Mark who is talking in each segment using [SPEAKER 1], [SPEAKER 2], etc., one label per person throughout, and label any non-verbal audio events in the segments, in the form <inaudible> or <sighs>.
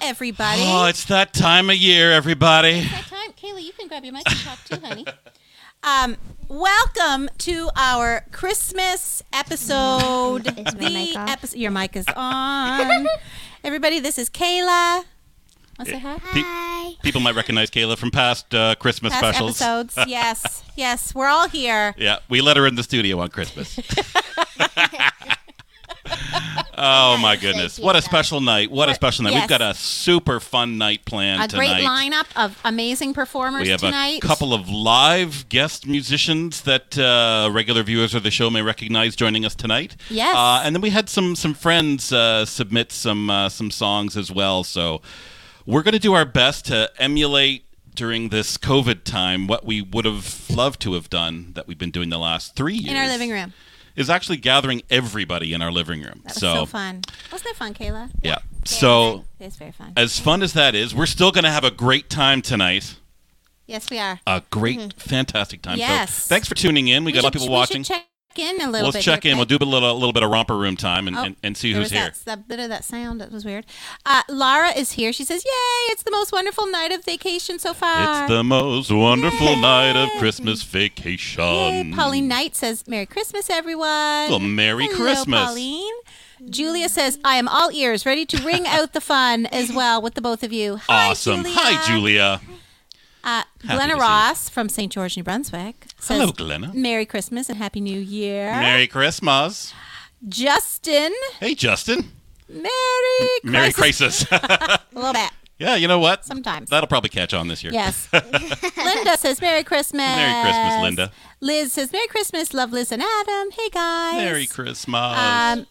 [SPEAKER 1] everybody.
[SPEAKER 2] Oh, it's that time of year, everybody.
[SPEAKER 1] That time, Kaylee, you can grab your mic and talk too,
[SPEAKER 2] <laughs>
[SPEAKER 1] honey. Um, welcome to our Christmas episode.
[SPEAKER 3] Is my mic off?
[SPEAKER 1] episode. Your mic is
[SPEAKER 3] <laughs>
[SPEAKER 1] on. everybody, this is Kayla. Want to say hi?
[SPEAKER 3] Hi.
[SPEAKER 2] People might recognize Kayla from past uh, Christmas
[SPEAKER 1] Past
[SPEAKER 2] specials. <laughs>
[SPEAKER 1] episodes. Yes, yes, we're all here.
[SPEAKER 2] Yeah, we let her in the studio on
[SPEAKER 1] <laughs>
[SPEAKER 2] Christmas. oh my goodness! What a special night! What a special night!
[SPEAKER 1] yes.
[SPEAKER 2] We've got a super fun night planned
[SPEAKER 1] A
[SPEAKER 2] tonight.
[SPEAKER 1] great lineup of amazing performers
[SPEAKER 2] We have a
[SPEAKER 1] tonight.
[SPEAKER 2] couple of live guest musicians that uh, regular viewers of the show may recognize joining us tonight.
[SPEAKER 1] Yes.
[SPEAKER 2] Uh, and then we had some some friends uh, submit some uh, some songs as well. So we're going to do our best to emulate during this COVID time what we would have loved to have done that we've been doing the last three years
[SPEAKER 1] in our living room.
[SPEAKER 2] is actually gathering everybody in our living room.
[SPEAKER 1] That was so, fun. Wasn't that fun, Kayla?
[SPEAKER 2] Yeah. So.
[SPEAKER 1] It was very fun.
[SPEAKER 2] As fun as that is, we're still going to have a great time tonight
[SPEAKER 1] yes, we are.
[SPEAKER 2] a great, fantastic time.
[SPEAKER 1] Mm-hmm. Yes.
[SPEAKER 2] So thanks for tuning in. Uh, We, got a lot of
[SPEAKER 1] should-
[SPEAKER 2] people
[SPEAKER 1] we
[SPEAKER 2] watching.
[SPEAKER 1] should check in a little
[SPEAKER 2] Let's
[SPEAKER 1] bit.
[SPEAKER 2] check
[SPEAKER 1] here,
[SPEAKER 2] in. We'll
[SPEAKER 1] Craig.
[SPEAKER 2] do a little, a little bit of romper room time and,
[SPEAKER 1] Oh,
[SPEAKER 2] and, and see
[SPEAKER 1] there
[SPEAKER 2] who's
[SPEAKER 1] was
[SPEAKER 2] here.
[SPEAKER 1] That, that bit of that sound that was weird. Uh, Lara is here. She says, "Yay! It's the most wonderful night of vacation so far."
[SPEAKER 2] It's the most wonderful
[SPEAKER 1] Yay.
[SPEAKER 2] night of Christmas
[SPEAKER 1] Yay.
[SPEAKER 2] vacation.
[SPEAKER 1] Pauline Knight says, "Merry Christmas, everyone."
[SPEAKER 2] Well, Merry
[SPEAKER 1] Hello,
[SPEAKER 2] Christmas.
[SPEAKER 1] Pauline. Julia says, "I am all ears, ready to
[SPEAKER 2] <laughs>
[SPEAKER 1] ring out the fun as well with the both of you." Hi,
[SPEAKER 2] Awesome.
[SPEAKER 1] Julia.
[SPEAKER 2] Hi, Julia.
[SPEAKER 1] Uh,
[SPEAKER 2] to
[SPEAKER 1] Glenna
[SPEAKER 2] see you. Oh.
[SPEAKER 1] Ross from St. George, New Brunswick. Says,
[SPEAKER 2] Hello, Glenna.
[SPEAKER 1] Merry Christmas and Happy New Year.
[SPEAKER 2] Merry Christmas.
[SPEAKER 1] Justin,
[SPEAKER 2] Hey, Justin.
[SPEAKER 1] Merry Christmas.
[SPEAKER 2] Merry Crisis.
[SPEAKER 1] <laughs> A little bit.
[SPEAKER 2] <laughs> yeah, you know what? <laughs>
[SPEAKER 1] Sometimes.
[SPEAKER 2] That'll probably catch on this year. <laughs>
[SPEAKER 1] Yes. Linda says Merry Christmas.
[SPEAKER 2] Merry Christmas, Linda.
[SPEAKER 1] Liz says Merry Christmas, love Liz and Adam. Hey guys.
[SPEAKER 2] Merry Christmas.
[SPEAKER 1] Um,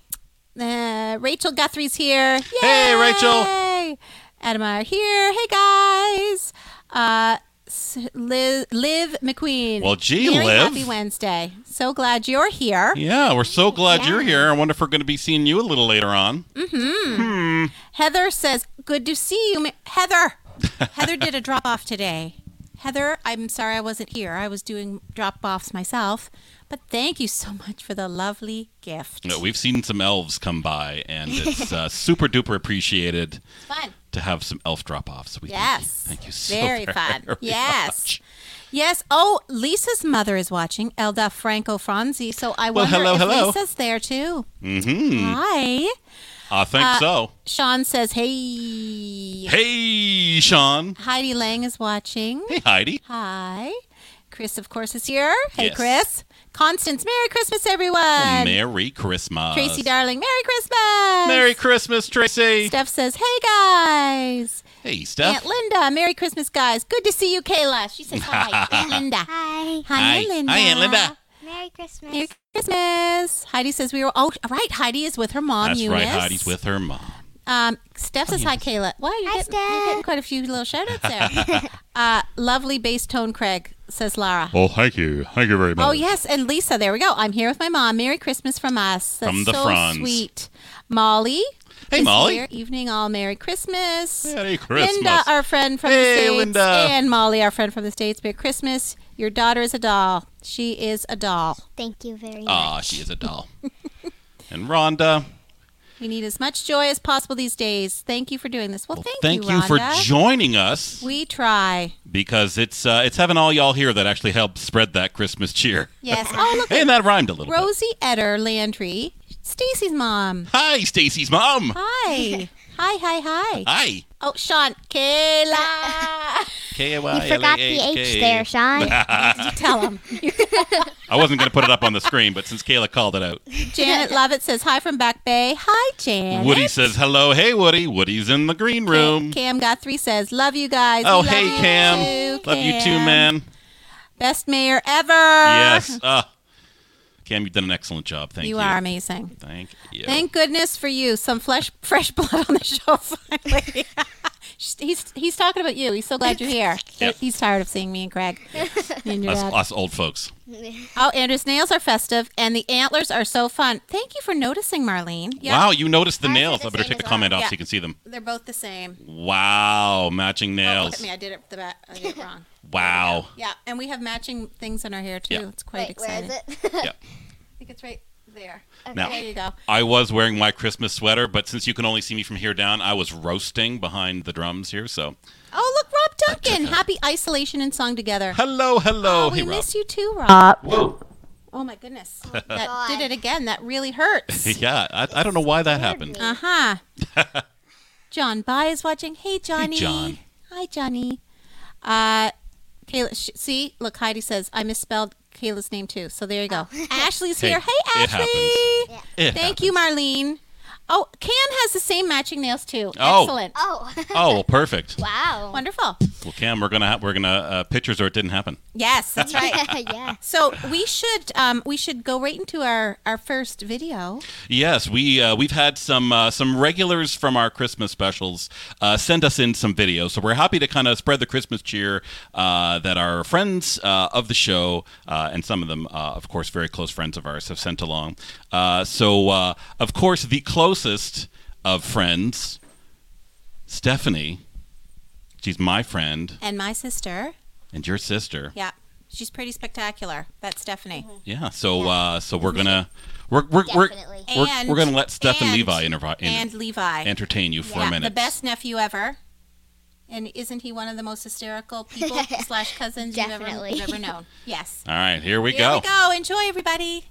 [SPEAKER 1] uh, Rachel Guthrie's here. Yay!
[SPEAKER 2] Hey, Rachel.
[SPEAKER 1] Adam and I are here. Hey guys. Uh, S- Liz, Liv McQueen.
[SPEAKER 2] Well, gee,
[SPEAKER 1] Merry
[SPEAKER 2] Liv.
[SPEAKER 1] Happy Wednesday. So glad you're here.
[SPEAKER 2] yeah, we're so glad
[SPEAKER 3] Yeah.
[SPEAKER 2] you're here. I wonder if we're going to be seeing you a little later on.
[SPEAKER 1] Mm-hmm. Hmm. Heather says, "Good to see you, Ma-
[SPEAKER 2] <laughs>
[SPEAKER 1] Heather." Heather did a drop off today. Heather, I'm sorry I wasn't here. I was doing drop offs myself, but thank you so much for the lovely gift.
[SPEAKER 2] No, we've seen some elves come by, and it's
[SPEAKER 1] <laughs>
[SPEAKER 2] uh, super duper appreciated
[SPEAKER 1] It's fun.
[SPEAKER 2] to have some elf drop offs. We
[SPEAKER 1] Yes.
[SPEAKER 2] thank you, thank you so
[SPEAKER 1] very,
[SPEAKER 2] very,
[SPEAKER 1] fun.
[SPEAKER 2] much.
[SPEAKER 1] yes. Yes. Oh, Lisa's mother is watching, Elda Franco Franzi. So I
[SPEAKER 2] Well,
[SPEAKER 1] wonder
[SPEAKER 2] hello,
[SPEAKER 1] if
[SPEAKER 2] hello. Hmm.
[SPEAKER 1] Lisa's there too. Mm-hmm. Hi.
[SPEAKER 2] I think
[SPEAKER 1] Uh,
[SPEAKER 2] so.
[SPEAKER 1] Sean says, "Hey."
[SPEAKER 2] Hey, Sean.
[SPEAKER 1] Heidi Lang is watching.
[SPEAKER 2] Hey, Heidi.
[SPEAKER 1] Hi. Chris, of course, is here. Hey,
[SPEAKER 2] Yes. Oh,
[SPEAKER 1] Chris. Constance, Merry Christmas, everyone.
[SPEAKER 2] Merry Christmas.
[SPEAKER 1] Uh, Tracy Darling, Merry Christmas.
[SPEAKER 2] Merry Christmas, Tracy.
[SPEAKER 1] Steph says, hey, guys.
[SPEAKER 2] hey, Steph.
[SPEAKER 1] Aunt Linda, Merry Christmas, guys. Good to see you, Kayla. She says hi.
[SPEAKER 2] <laughs>
[SPEAKER 1] Aunt Linda. Hi,
[SPEAKER 3] Hi.
[SPEAKER 1] Aunt Linda.
[SPEAKER 2] Hi, Aunt Linda.
[SPEAKER 3] Merry Christmas.
[SPEAKER 1] Merry Christmas. Heidi says we were, oh, right, Heidi is with her mom,
[SPEAKER 2] That's
[SPEAKER 1] Eunice.
[SPEAKER 2] right. Heidi's with her mom.
[SPEAKER 1] Um, Steph says hi, Kayla. Wow, you're,
[SPEAKER 3] Hi,
[SPEAKER 1] getting, you're
[SPEAKER 3] Steph.
[SPEAKER 1] getting quite a few little shout-outs
[SPEAKER 3] <laughs>
[SPEAKER 2] <laughs>
[SPEAKER 1] there. uh, lovely bass tone, Craig, says Lara.
[SPEAKER 2] Well, Oh, thank you. Thank you very much.
[SPEAKER 1] Oh yes, and Lisa, there we go. I'm here with my mom. Merry Christmas from us. That's
[SPEAKER 2] From the
[SPEAKER 1] so
[SPEAKER 2] Franz.
[SPEAKER 1] sweet. Molly.
[SPEAKER 2] Hey,
[SPEAKER 1] is
[SPEAKER 2] Molly.
[SPEAKER 1] here. Evening all Merry Christmas.
[SPEAKER 2] Merry Christmas.
[SPEAKER 1] Linda, our friend from the
[SPEAKER 2] Hey,
[SPEAKER 1] States.
[SPEAKER 2] Linda.
[SPEAKER 1] And Molly, our friend from the States. Merry Christmas. Your daughter is a doll. She is a doll.
[SPEAKER 3] Thank you very
[SPEAKER 2] Aw,
[SPEAKER 3] much.
[SPEAKER 2] Ah, she is a doll. and Rhonda.
[SPEAKER 1] We need as much joy as possible these days. Thank you for doing this. Well, thank,
[SPEAKER 2] thank
[SPEAKER 1] you,
[SPEAKER 2] you, for
[SPEAKER 1] Rhonda.
[SPEAKER 2] joining us.
[SPEAKER 1] we try.
[SPEAKER 2] because it's uh, it's having all y'all here that actually helped spread that Christmas cheer.
[SPEAKER 1] Yes. Oh, look.
[SPEAKER 2] And that rhymed a little bit.
[SPEAKER 1] Rosie Etter Landry, Stacy's mom.
[SPEAKER 2] Hi, Stacy's mom.
[SPEAKER 3] <laughs>
[SPEAKER 1] Hi. hi, hi, hi.
[SPEAKER 2] Hi.
[SPEAKER 1] Oh, Sean, <laughs> Kayla.
[SPEAKER 2] K A
[SPEAKER 3] You
[SPEAKER 2] Y L A
[SPEAKER 3] forgot
[SPEAKER 2] H
[SPEAKER 3] the H
[SPEAKER 2] K.
[SPEAKER 3] there,
[SPEAKER 2] <laughs>
[SPEAKER 3] Sean.
[SPEAKER 1] Tell him.
[SPEAKER 2] I wasn't going to put it up on the screen, but since Kayla called it out,
[SPEAKER 1] <laughs> Janet Lovett says hi from Back Bay. Hi, Janet.
[SPEAKER 2] Woody says hello. Hey, Woody. Woody's in the green room.
[SPEAKER 1] Cam Guthrie says, "Love you guys."
[SPEAKER 2] oh,
[SPEAKER 1] We love
[SPEAKER 2] hey,
[SPEAKER 1] you
[SPEAKER 2] Cam.
[SPEAKER 1] too,
[SPEAKER 2] Love you too,
[SPEAKER 1] Cam.
[SPEAKER 2] man.
[SPEAKER 1] Best mayor ever. <laughs>
[SPEAKER 2] Yes. Uh, Cam, you've done an excellent job. Thank you.
[SPEAKER 1] you are amazing.
[SPEAKER 2] Thank you.
[SPEAKER 1] Thank goodness for you. Some flesh, fresh <laughs> blood on the show finally. <laughs> he's he's talking about you. He's so glad you're here.
[SPEAKER 2] <laughs> Yep.
[SPEAKER 1] He's tired of seeing me and <laughs> Craig. Me and your
[SPEAKER 2] us,
[SPEAKER 1] dad.
[SPEAKER 2] us old folks.
[SPEAKER 1] Oh, Andrew's nails are festive, and the antlers are so fun. Thank you for noticing, Marlene. Yep.
[SPEAKER 2] Wow, you noticed the
[SPEAKER 3] Ours are
[SPEAKER 2] nails.
[SPEAKER 3] the
[SPEAKER 2] I better
[SPEAKER 3] same
[SPEAKER 2] take the
[SPEAKER 3] as
[SPEAKER 2] comment
[SPEAKER 1] ours.
[SPEAKER 2] off
[SPEAKER 1] Yeah.
[SPEAKER 2] so you can see them.
[SPEAKER 1] They're both the same.
[SPEAKER 2] Wow, matching
[SPEAKER 1] Oh, look
[SPEAKER 2] nails.
[SPEAKER 1] at me. I did it the back. I did it
[SPEAKER 2] <laughs>
[SPEAKER 1] wrong.
[SPEAKER 2] wow.
[SPEAKER 1] Yeah, and we have matching things in our hair too.
[SPEAKER 2] Yeah.
[SPEAKER 1] It's quite exciting.
[SPEAKER 3] it?
[SPEAKER 2] Yeah.
[SPEAKER 1] <laughs> I think it's right There.
[SPEAKER 2] Now,
[SPEAKER 1] There you go.
[SPEAKER 2] I was wearing my Christmas sweater, but since you can only see me from here down, I was roasting behind the drums here. So,
[SPEAKER 1] Oh, look, Rob Duncan. Happy isolation and song together.
[SPEAKER 2] hello, hello,
[SPEAKER 1] Oh, we
[SPEAKER 2] Oh, hey Rob. Uh,
[SPEAKER 1] miss you too, Rob.
[SPEAKER 2] Whoa.
[SPEAKER 1] oh my goodness,
[SPEAKER 2] <laughs>
[SPEAKER 1] that did it again. That really hurts.
[SPEAKER 2] Yeah, I, I don't know why that happened.
[SPEAKER 1] uh
[SPEAKER 2] <laughs>
[SPEAKER 1] huh. John By is watching. Hey, Johnny.
[SPEAKER 2] John.
[SPEAKER 1] Hi, Johnny. Uh, Kayla. Sh- see, look, Heidi says I misspelled Kayla's name too. So there you go. <laughs> Ashley's
[SPEAKER 2] Hey,
[SPEAKER 1] here. Hey,
[SPEAKER 2] it Eh.
[SPEAKER 1] Ashley.
[SPEAKER 2] happens. It
[SPEAKER 1] Thank you, Marlene. Oh, Cam has the same matching nails too.
[SPEAKER 2] Oh.
[SPEAKER 1] Excellent. <laughs>
[SPEAKER 3] Oh.
[SPEAKER 2] Oh, well, perfect.
[SPEAKER 3] wow.
[SPEAKER 1] Wonderful.
[SPEAKER 2] Well, Cam, we're gonna ha- we're gonna uh, pictures or it didn't happen.
[SPEAKER 3] <laughs>
[SPEAKER 1] Yes, that's right.
[SPEAKER 3] yeah.
[SPEAKER 1] So we should um, we should go right into our, our first video.
[SPEAKER 2] Yes, we uh, we've had some uh, some regulars from our Christmas specials uh, send us in some videos, so we're happy to kind of spread the Christmas cheer uh, that our friends uh, of the show uh, and some of them, uh, of course, very close friends of ours have sent along. Uh, so, uh, of course, the closest of friends, Stephanie. She's my friend
[SPEAKER 1] And my sister,
[SPEAKER 2] and your sister.
[SPEAKER 1] yeah, she's pretty spectacular. That's Stephanie.
[SPEAKER 3] Mm-hmm.
[SPEAKER 2] Yeah. So, uh, so we're gonna we're we're we're,
[SPEAKER 3] Definitely.
[SPEAKER 2] we're,
[SPEAKER 1] And-
[SPEAKER 2] we're gonna let Steph and,
[SPEAKER 1] and-
[SPEAKER 2] Levi intervi- in-
[SPEAKER 1] And Levi,
[SPEAKER 2] entertain you for
[SPEAKER 1] yeah,
[SPEAKER 2] a minute.
[SPEAKER 1] the best nephew ever. And isn't he one of the most
[SPEAKER 3] <laughs>
[SPEAKER 1] hysterical people slash cousins you've ever,
[SPEAKER 3] Definitely.
[SPEAKER 1] you've
[SPEAKER 3] <laughs>
[SPEAKER 1] ever known? Yes.
[SPEAKER 2] All right, here we
[SPEAKER 1] Here
[SPEAKER 2] go.
[SPEAKER 1] we go. Enjoy, everybody.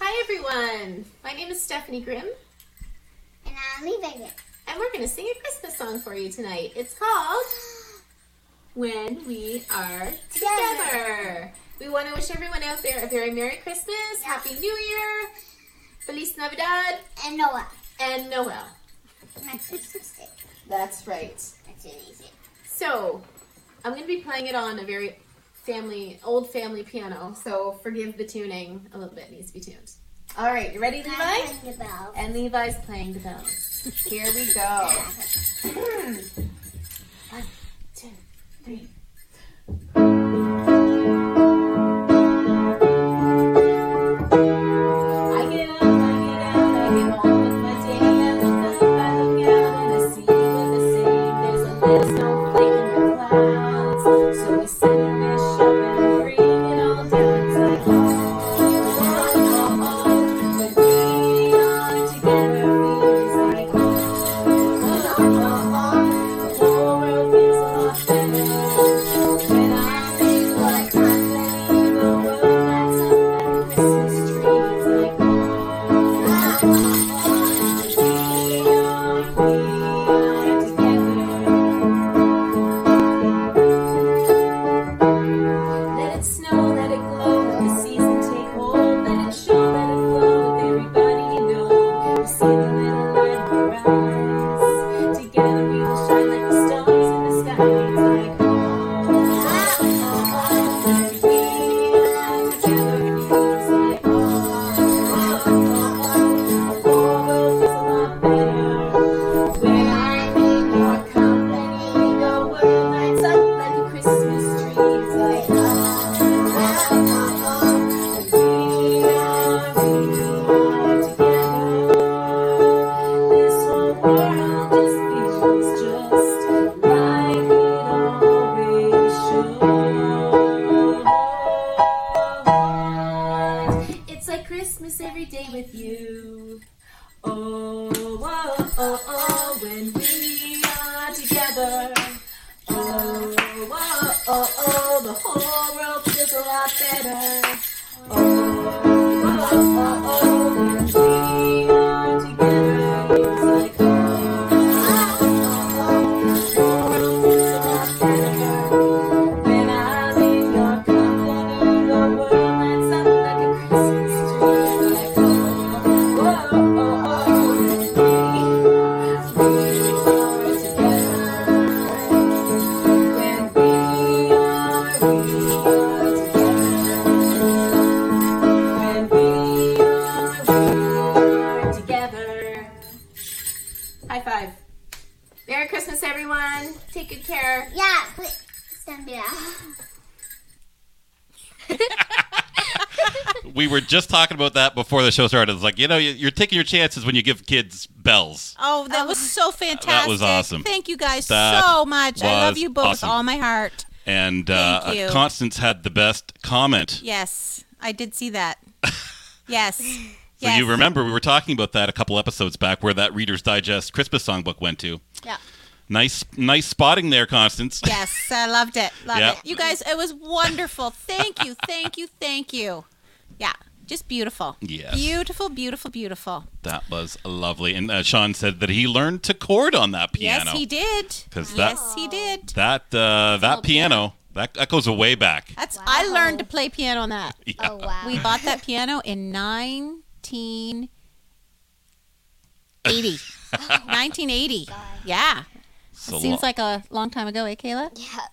[SPEAKER 4] Hi everyone! My name is Stephanie Grimm,
[SPEAKER 3] And I'm leaving it.
[SPEAKER 4] and we're going to sing a Christmas song for you tonight. It's called When We Are Together. We want to wish everyone out there a very Merry Christmas, Happy New Year, Feliz Navidad,
[SPEAKER 3] And Noah.
[SPEAKER 4] and Noel.
[SPEAKER 3] My Christmas stick.
[SPEAKER 4] That's right.
[SPEAKER 3] That's an easy.
[SPEAKER 4] So, I'm going to be playing it on a very family, old family piano, so forgive the tuning a little bit, it needs to be tuned. All right, you ready, Levi?
[SPEAKER 3] I'm ringing the bell.
[SPEAKER 4] And Levi's playing the bells. Here we <laughs> go. One, two, three. I get up, I get up, I get on with my day. I look up, I look out, and I see what I see. There's a little snowflake in the clouds. So we sit and we shop and we and all down. It's like, oh, oh, oh, but we are together. Feels like, oh, oh, oh, oh, the whole world feels a lot better when I feel like I'm letting the world lights up like Christmas trees. Like, oh, oh, oh, but we are, we are together. Let it snow, let it glow, let the season take hold, let it show, let it flow, let everybody know. We see the little light in our eyes. Together we will shine like the stars in the sky. It's like, oh, oh, oh, oh, we are together. It's like, oh, oh, oh, oh, the world is a lot better when I'm in your company. The world lights up like a Christmas tree. It's like, Christmas every day with you. Oh, oh, oh, oh, when we are together. Oh, oh, oh, oh, the whole world feels a lot better. Oh, oh, oh, oh, when we are together, it's like, oh, oh, oh, oh, the whole world feels a lot better. When I'm in your company, the world lights up like a Christmas tree. Like, oh, oh, oh, oh, when we, we are together. When we are, we are together. When we are, we are together. High five. Merry Christmas, everyone. Take good care.
[SPEAKER 3] Yeah. Wait. Stand me up.
[SPEAKER 2] We were just talking about that before the show started. It's like you know you- you're taking your chances when you give kids bells.
[SPEAKER 1] Oh, that was so fantastic.
[SPEAKER 2] awesome.
[SPEAKER 1] Thank you guys
[SPEAKER 2] That
[SPEAKER 1] so much. I love
[SPEAKER 2] was
[SPEAKER 1] you both with
[SPEAKER 2] awesome.
[SPEAKER 1] all my heart.
[SPEAKER 2] And uh,
[SPEAKER 1] Thank you.
[SPEAKER 2] Constance had the best comment. <laughs>
[SPEAKER 1] Yes, I did see that. Yes.
[SPEAKER 2] So
[SPEAKER 1] yes.
[SPEAKER 2] you remember we were talking about that a couple episodes back, where that Reader's Digest Christmas songbook went to.
[SPEAKER 1] Yeah.
[SPEAKER 2] Nice, nice spotting there, Constance.
[SPEAKER 1] Yes, I loved it. Loved
[SPEAKER 2] Yep.
[SPEAKER 1] it. You guys, it was wonderful. Thank you, thank you, thank you. Yeah, just beautiful.
[SPEAKER 2] Yes.
[SPEAKER 1] Beautiful, beautiful, beautiful.
[SPEAKER 2] That was lovely. And uh, Sean said that he learned to chord on that piano.
[SPEAKER 1] Yes, he did.
[SPEAKER 2] 'Cause that-
[SPEAKER 1] Yes, he did.
[SPEAKER 2] That uh, that piano that that goes way back.
[SPEAKER 1] That's I
[SPEAKER 5] Wow.
[SPEAKER 1] learned to play piano on that.
[SPEAKER 2] Yeah.
[SPEAKER 5] Oh wow.
[SPEAKER 1] We bought that piano in 1980.
[SPEAKER 2] <laughs>
[SPEAKER 5] <laughs>
[SPEAKER 1] 1980. Yeah.
[SPEAKER 2] It's a
[SPEAKER 1] Seems
[SPEAKER 2] lo-
[SPEAKER 1] like a long time ago, eh, Kayla?
[SPEAKER 5] yeah,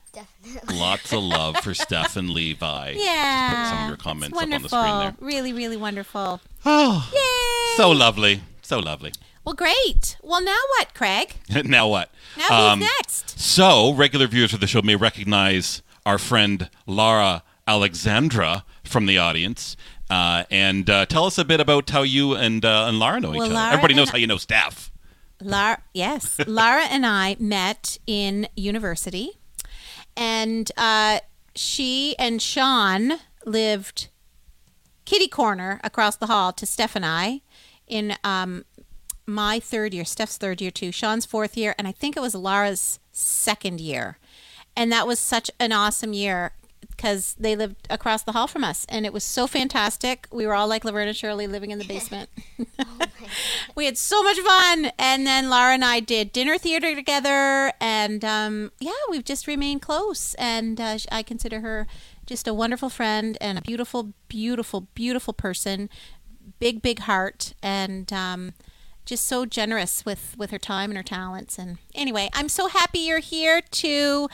[SPEAKER 5] definitely.
[SPEAKER 2] lots of love
[SPEAKER 1] <laughs>
[SPEAKER 2] for Steph and Levi.
[SPEAKER 1] Yeah.
[SPEAKER 2] Just put some of your
[SPEAKER 1] It's
[SPEAKER 2] comments up on the
[SPEAKER 1] wonderful.
[SPEAKER 2] screen there.
[SPEAKER 1] Really, really wonderful.
[SPEAKER 2] Oh,
[SPEAKER 1] Yay!
[SPEAKER 2] so lovely, so lovely. <laughs>
[SPEAKER 1] Well, great. Well, now what, Craig?
[SPEAKER 2] now what?
[SPEAKER 1] Now
[SPEAKER 2] Um,
[SPEAKER 1] who's next?
[SPEAKER 2] So, regular viewers of the show may recognize our friend Lara Alexandra from the audience. Uh, and uh, tell us a bit about how you and, uh, and Lara know each
[SPEAKER 1] Well,
[SPEAKER 2] other.
[SPEAKER 1] Lara
[SPEAKER 2] Everybody knows
[SPEAKER 1] and-
[SPEAKER 2] how you know Steph.
[SPEAKER 1] Lara, yes, Lara and I met in university, and uh, she and Sean lived kitty corner across the hall to Steph and I in um, my third year, Steph's third year too, Sean's fourth year, and I think it was Lara's second year. And that was such an awesome year because they lived across the hall from us, and it was so fantastic. We were all like Laverne and Shirley living in the basement. we had so much fun, and then Lara and I did dinner theater together, and um, yeah, we've just remained close. And uh, sh- I consider her just a wonderful friend and a beautiful, beautiful, beautiful person. Big, big heart, and um, just so generous with with her time and her talents and anyway i'm so happy you're here to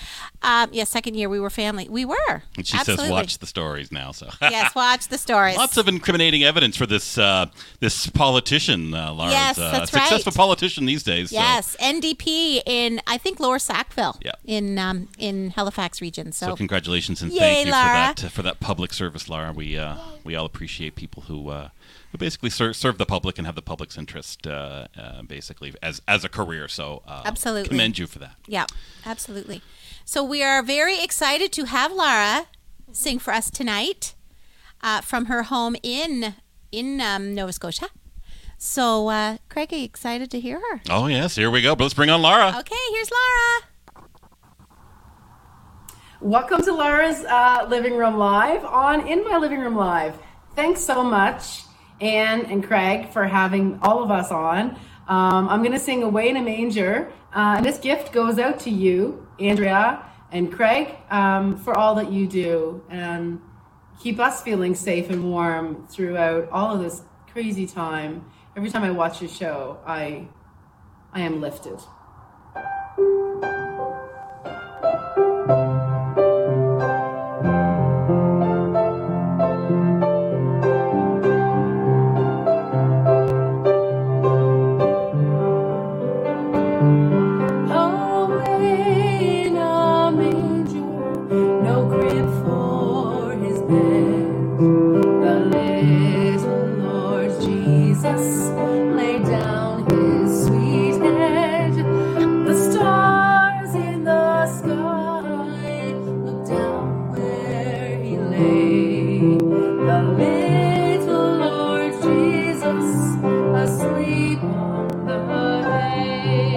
[SPEAKER 1] um yeah second year we were family we were
[SPEAKER 2] And she
[SPEAKER 1] Absolutely.
[SPEAKER 2] says, watch the stories now. So.
[SPEAKER 1] <laughs>
[SPEAKER 2] <laughs>
[SPEAKER 1] yes watch the stories
[SPEAKER 2] Lots of incriminating evidence for this uh, this politician, uh, Lara's
[SPEAKER 1] Yes,
[SPEAKER 2] uh,
[SPEAKER 1] that's right.
[SPEAKER 2] successful politician these days. so-
[SPEAKER 1] yes ndp in i think lower sackville
[SPEAKER 2] Yeah.
[SPEAKER 1] in um in halifax region
[SPEAKER 2] So,
[SPEAKER 1] so,
[SPEAKER 2] congratulations and
[SPEAKER 1] Yay,
[SPEAKER 2] thank you
[SPEAKER 1] Lara.
[SPEAKER 2] for that for that public service, Lara. We uh, we all appreciate people who uh, who basically ser- serve the public and have the public's interest uh, uh, basically as as a career. So uh,
[SPEAKER 1] Absolutely.
[SPEAKER 2] commend you for that.
[SPEAKER 1] yeah absolutely so we are very excited to have lara sing for us tonight uh, from her home in in um, nova scotia so uh, craig are you excited to hear her
[SPEAKER 2] Oh yes, here we go. Let's bring on Lara.
[SPEAKER 1] okay here's lara
[SPEAKER 6] Welcome to Laura's uh, Living Room Live on In My Living Room Live. Thanks so much, Anne and Craig, for having all of us on. Um, I'm going to sing Away in a Manger, uh, and this gift goes out to you, Andrea and Craig, um, for all that you do and keep us feeling safe and warm throughout all of this crazy time. Every time I watch your show, I, I am lifted. Away in a manger, no crib for his bed. The little Lord Jesus laid down his sweet head. The stars in the sky looked down where he lay. The little Lord Jesus asleep on the hay.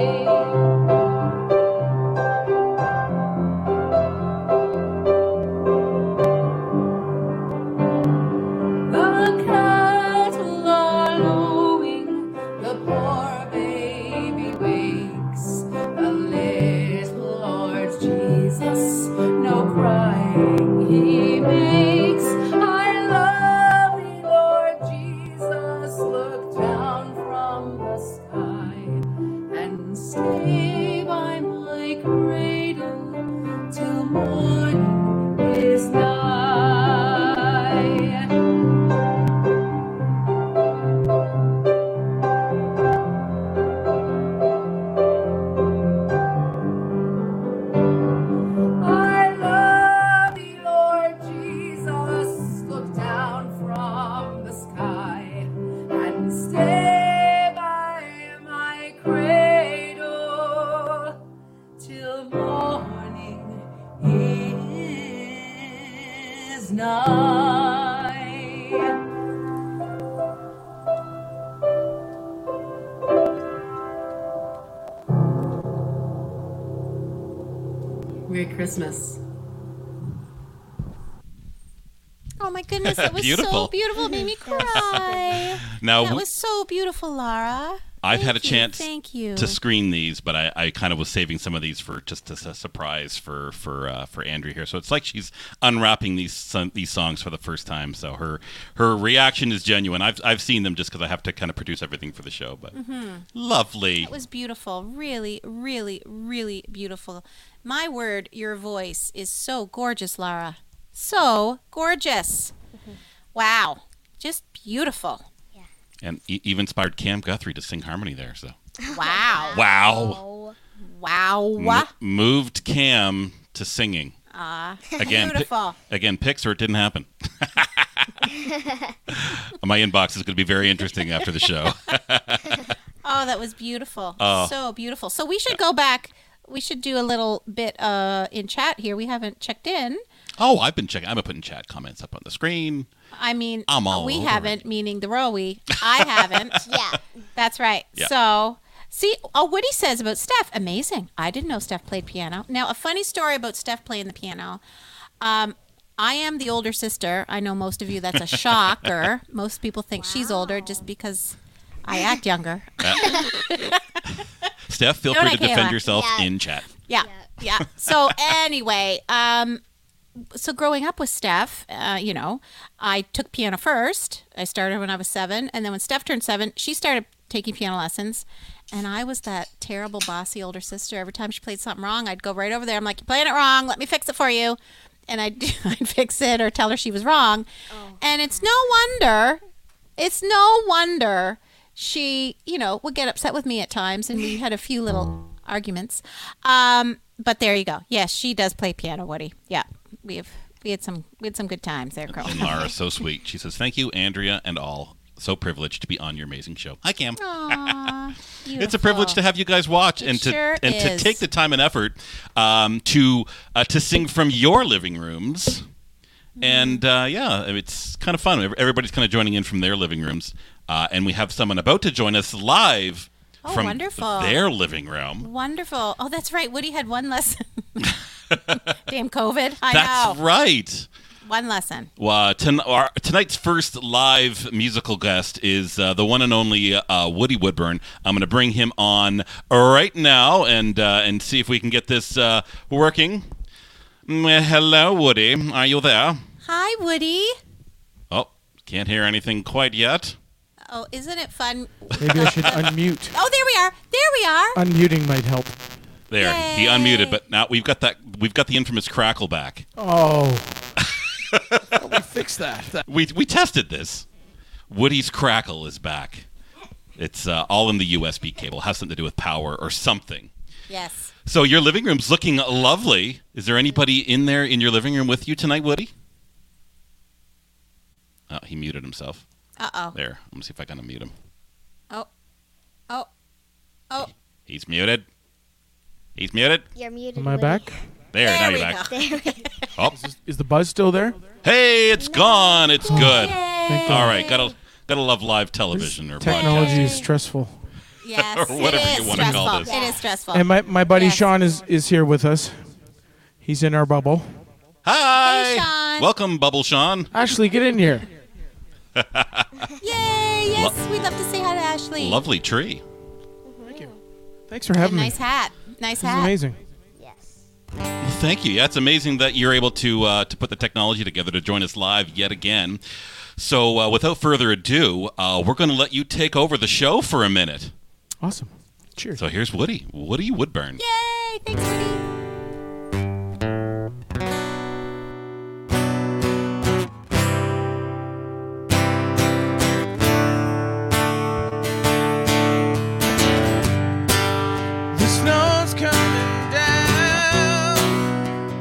[SPEAKER 6] The cattle are lowing, the poor baby wakes. The little Lord Jesus, no crying he makes. I love thee, Lord Jesus, look down from the sky and stay by my cradle till morning is nigh. I love thee, Lord Jesus. Look down from the sky and stay by my cradle till morning is nigh. Christmas.
[SPEAKER 1] Oh my goodness, it was
[SPEAKER 2] Beautiful.
[SPEAKER 1] so beautiful. It made me cry.
[SPEAKER 2] <laughs> Now,
[SPEAKER 1] that
[SPEAKER 2] we-
[SPEAKER 1] was so beautiful, Lara.
[SPEAKER 2] I've had a
[SPEAKER 1] Thank you,
[SPEAKER 2] chance
[SPEAKER 1] Thank you.
[SPEAKER 2] to screen these, but I, I kind of was saving some of these for just as a surprise for for uh, for Andrea here. So it's like she's unwrapping these son- these songs for the first time. So her her reaction is genuine. I've I've seen them just because I have to kind of produce everything for the show. But
[SPEAKER 1] Mm-hmm.
[SPEAKER 2] lovely.
[SPEAKER 1] It was beautiful. Really, really, really beautiful. My word, your voice is so gorgeous, Lara. So gorgeous. Wow. Just beautiful.
[SPEAKER 2] and e- even inspired Cam Guthrie to sing harmony there. So
[SPEAKER 1] Wow.
[SPEAKER 2] wow, Mm.
[SPEAKER 1] Wow.
[SPEAKER 2] M- moved Cam to singing
[SPEAKER 1] Ah,
[SPEAKER 2] <laughs>
[SPEAKER 1] <laughs>
[SPEAKER 2] again. pi-
[SPEAKER 1] beautiful.
[SPEAKER 2] again, picks or it didn't happen. <laughs> My inbox is going to be very interesting after the
[SPEAKER 1] <laughs>
[SPEAKER 2] show.
[SPEAKER 1] Oh, that was beautiful.
[SPEAKER 2] Oh.
[SPEAKER 1] so beautiful. So we should go back. We should do a little bit uh, in chat here. We haven't checked in.
[SPEAKER 2] Oh, I've been checking. I've been putting chat comments up on the screen.
[SPEAKER 1] I mean,
[SPEAKER 2] I'm all
[SPEAKER 1] we
[SPEAKER 2] over
[SPEAKER 1] haven't, meaning the Rowie.
[SPEAKER 2] <laughs>
[SPEAKER 1] I haven't.
[SPEAKER 3] Yeah.
[SPEAKER 1] That's right.
[SPEAKER 2] Yeah.
[SPEAKER 1] So, see, oh, what he says about Steph, amazing. I didn't know Steph played piano. Now, a funny story about Steph playing the piano. Um, I am the older sister. I know most of you, that's a
[SPEAKER 2] <laughs>
[SPEAKER 1] shocker. most people think she's older just because I act younger. <laughs>
[SPEAKER 2] Steph, feel
[SPEAKER 1] Don't
[SPEAKER 2] free to
[SPEAKER 1] I,
[SPEAKER 2] defend
[SPEAKER 1] Kayla?
[SPEAKER 2] yourself
[SPEAKER 3] Yeah.
[SPEAKER 2] in chat.
[SPEAKER 1] Yeah. Yeah. So anyway, um so growing up with Steph, uh, you know, I took piano first. I started when I was 7, and then when Steph turned 7, she started taking piano lessons. And I was that terrible bossy older sister. Every time she played something wrong, I'd go right over there. I'm like, "You're playing it wrong. Let me fix it for you." And I'd, <laughs> I'd fix it or tell her she was wrong. and it's no wonder it's no wonder she, you know, would get upset with me at times, and we had a few little arguments. Um, but there you go. Yes, she does play piano, Woody. Yeah, we have we had some we had some good times there, girl.
[SPEAKER 2] And Lara, so sweet. She says, "Thank you, Andrea, and all. So privileged to be on your amazing show. Hi, Cam.
[SPEAKER 1] Aw,
[SPEAKER 2] It's a privilege to have you guys watch and to
[SPEAKER 1] sure
[SPEAKER 2] and to
[SPEAKER 1] is.
[SPEAKER 2] take the time and effort um, to uh, to sing from your living rooms.
[SPEAKER 1] Mm-hmm.
[SPEAKER 2] And uh, yeah, it's kind of fun. Ev- Everybody's kind of joining in from their living rooms, uh, and we have someone about to join us live
[SPEAKER 1] Oh,
[SPEAKER 2] from
[SPEAKER 1] wonderful.
[SPEAKER 2] their living room.
[SPEAKER 1] <laughs> wonderful. Oh, that's right. Woody had
[SPEAKER 2] <laughs>
[SPEAKER 1] one lesson. Damn COVID. I
[SPEAKER 2] That's
[SPEAKER 1] know.
[SPEAKER 2] right.
[SPEAKER 1] One lesson.
[SPEAKER 2] Well, uh, ton- our, tonight's first live musical guest is uh, the one and only uh, Woody Woodburn. I'm going to bring him on right now and uh, and see if we can get this uh, working. Mm, Hello, Woody. Are you there?
[SPEAKER 1] Hi, Woody.
[SPEAKER 2] Oh, can't hear anything quite yet.
[SPEAKER 1] Oh, isn't it fun?
[SPEAKER 5] Maybe I should unmute.
[SPEAKER 1] Oh, there we are. There we are.
[SPEAKER 5] Unmuting might help.
[SPEAKER 2] There, he
[SPEAKER 1] Yay.
[SPEAKER 2] unmuted, but now we've got that. We've got the infamous crackle back.
[SPEAKER 5] Oh. we fix that.
[SPEAKER 2] We we tested this. Woody's crackle is back. It's uh, all in the USB cable. Has something to do with power or something.
[SPEAKER 1] Yes.
[SPEAKER 2] So your living room's looking lovely. Is there anybody in there in your living room with you tonight, Woody? Oh, he muted himself.
[SPEAKER 1] Uh oh.
[SPEAKER 2] There. Let me see if I can unmute him.
[SPEAKER 1] Oh. Oh. Oh.
[SPEAKER 2] He's muted. He's muted.
[SPEAKER 3] You're muted.
[SPEAKER 5] Am I back?
[SPEAKER 2] There, now
[SPEAKER 1] we
[SPEAKER 2] you're back.
[SPEAKER 1] go.
[SPEAKER 2] Oh.
[SPEAKER 5] Is the buzz still there? Oh.
[SPEAKER 2] Hey, it's gone. It's good.
[SPEAKER 5] Thank
[SPEAKER 2] All right, gotta gotta love live television or
[SPEAKER 5] Technology
[SPEAKER 2] broadcast.
[SPEAKER 5] is stressful.
[SPEAKER 1] Yes,
[SPEAKER 2] Or whatever
[SPEAKER 1] it is
[SPEAKER 2] you wanna call
[SPEAKER 1] stressful.
[SPEAKER 2] this.
[SPEAKER 1] It is stressful.
[SPEAKER 5] And my, my buddy
[SPEAKER 1] Yes.
[SPEAKER 5] Sean is, is here with us. He's in our bubble.
[SPEAKER 2] Hi.
[SPEAKER 1] Hey, Sean.
[SPEAKER 2] Welcome, Bubble Sean. <laughs>
[SPEAKER 5] Ashley, get in here.
[SPEAKER 1] Yay! Yes, we'd love to say hi to Ashley.
[SPEAKER 2] Lovely tree.
[SPEAKER 5] Thank you. Thanks for
[SPEAKER 1] A
[SPEAKER 5] having
[SPEAKER 1] nice
[SPEAKER 5] me.
[SPEAKER 1] hat. Nice
[SPEAKER 5] This is
[SPEAKER 1] hat.
[SPEAKER 5] amazing.
[SPEAKER 3] Yes.
[SPEAKER 2] Thank you. Yeah, it's amazing that you're able to uh, to put the technology together to join us live yet again. So, uh, without further ado, uh, we're going to let you take over the show for a minute.
[SPEAKER 5] Awesome. Cheers.
[SPEAKER 2] So here's Woody, Woody Woodburn.
[SPEAKER 1] Yay! Thanks, Woody.
[SPEAKER 7] The snow's coming down.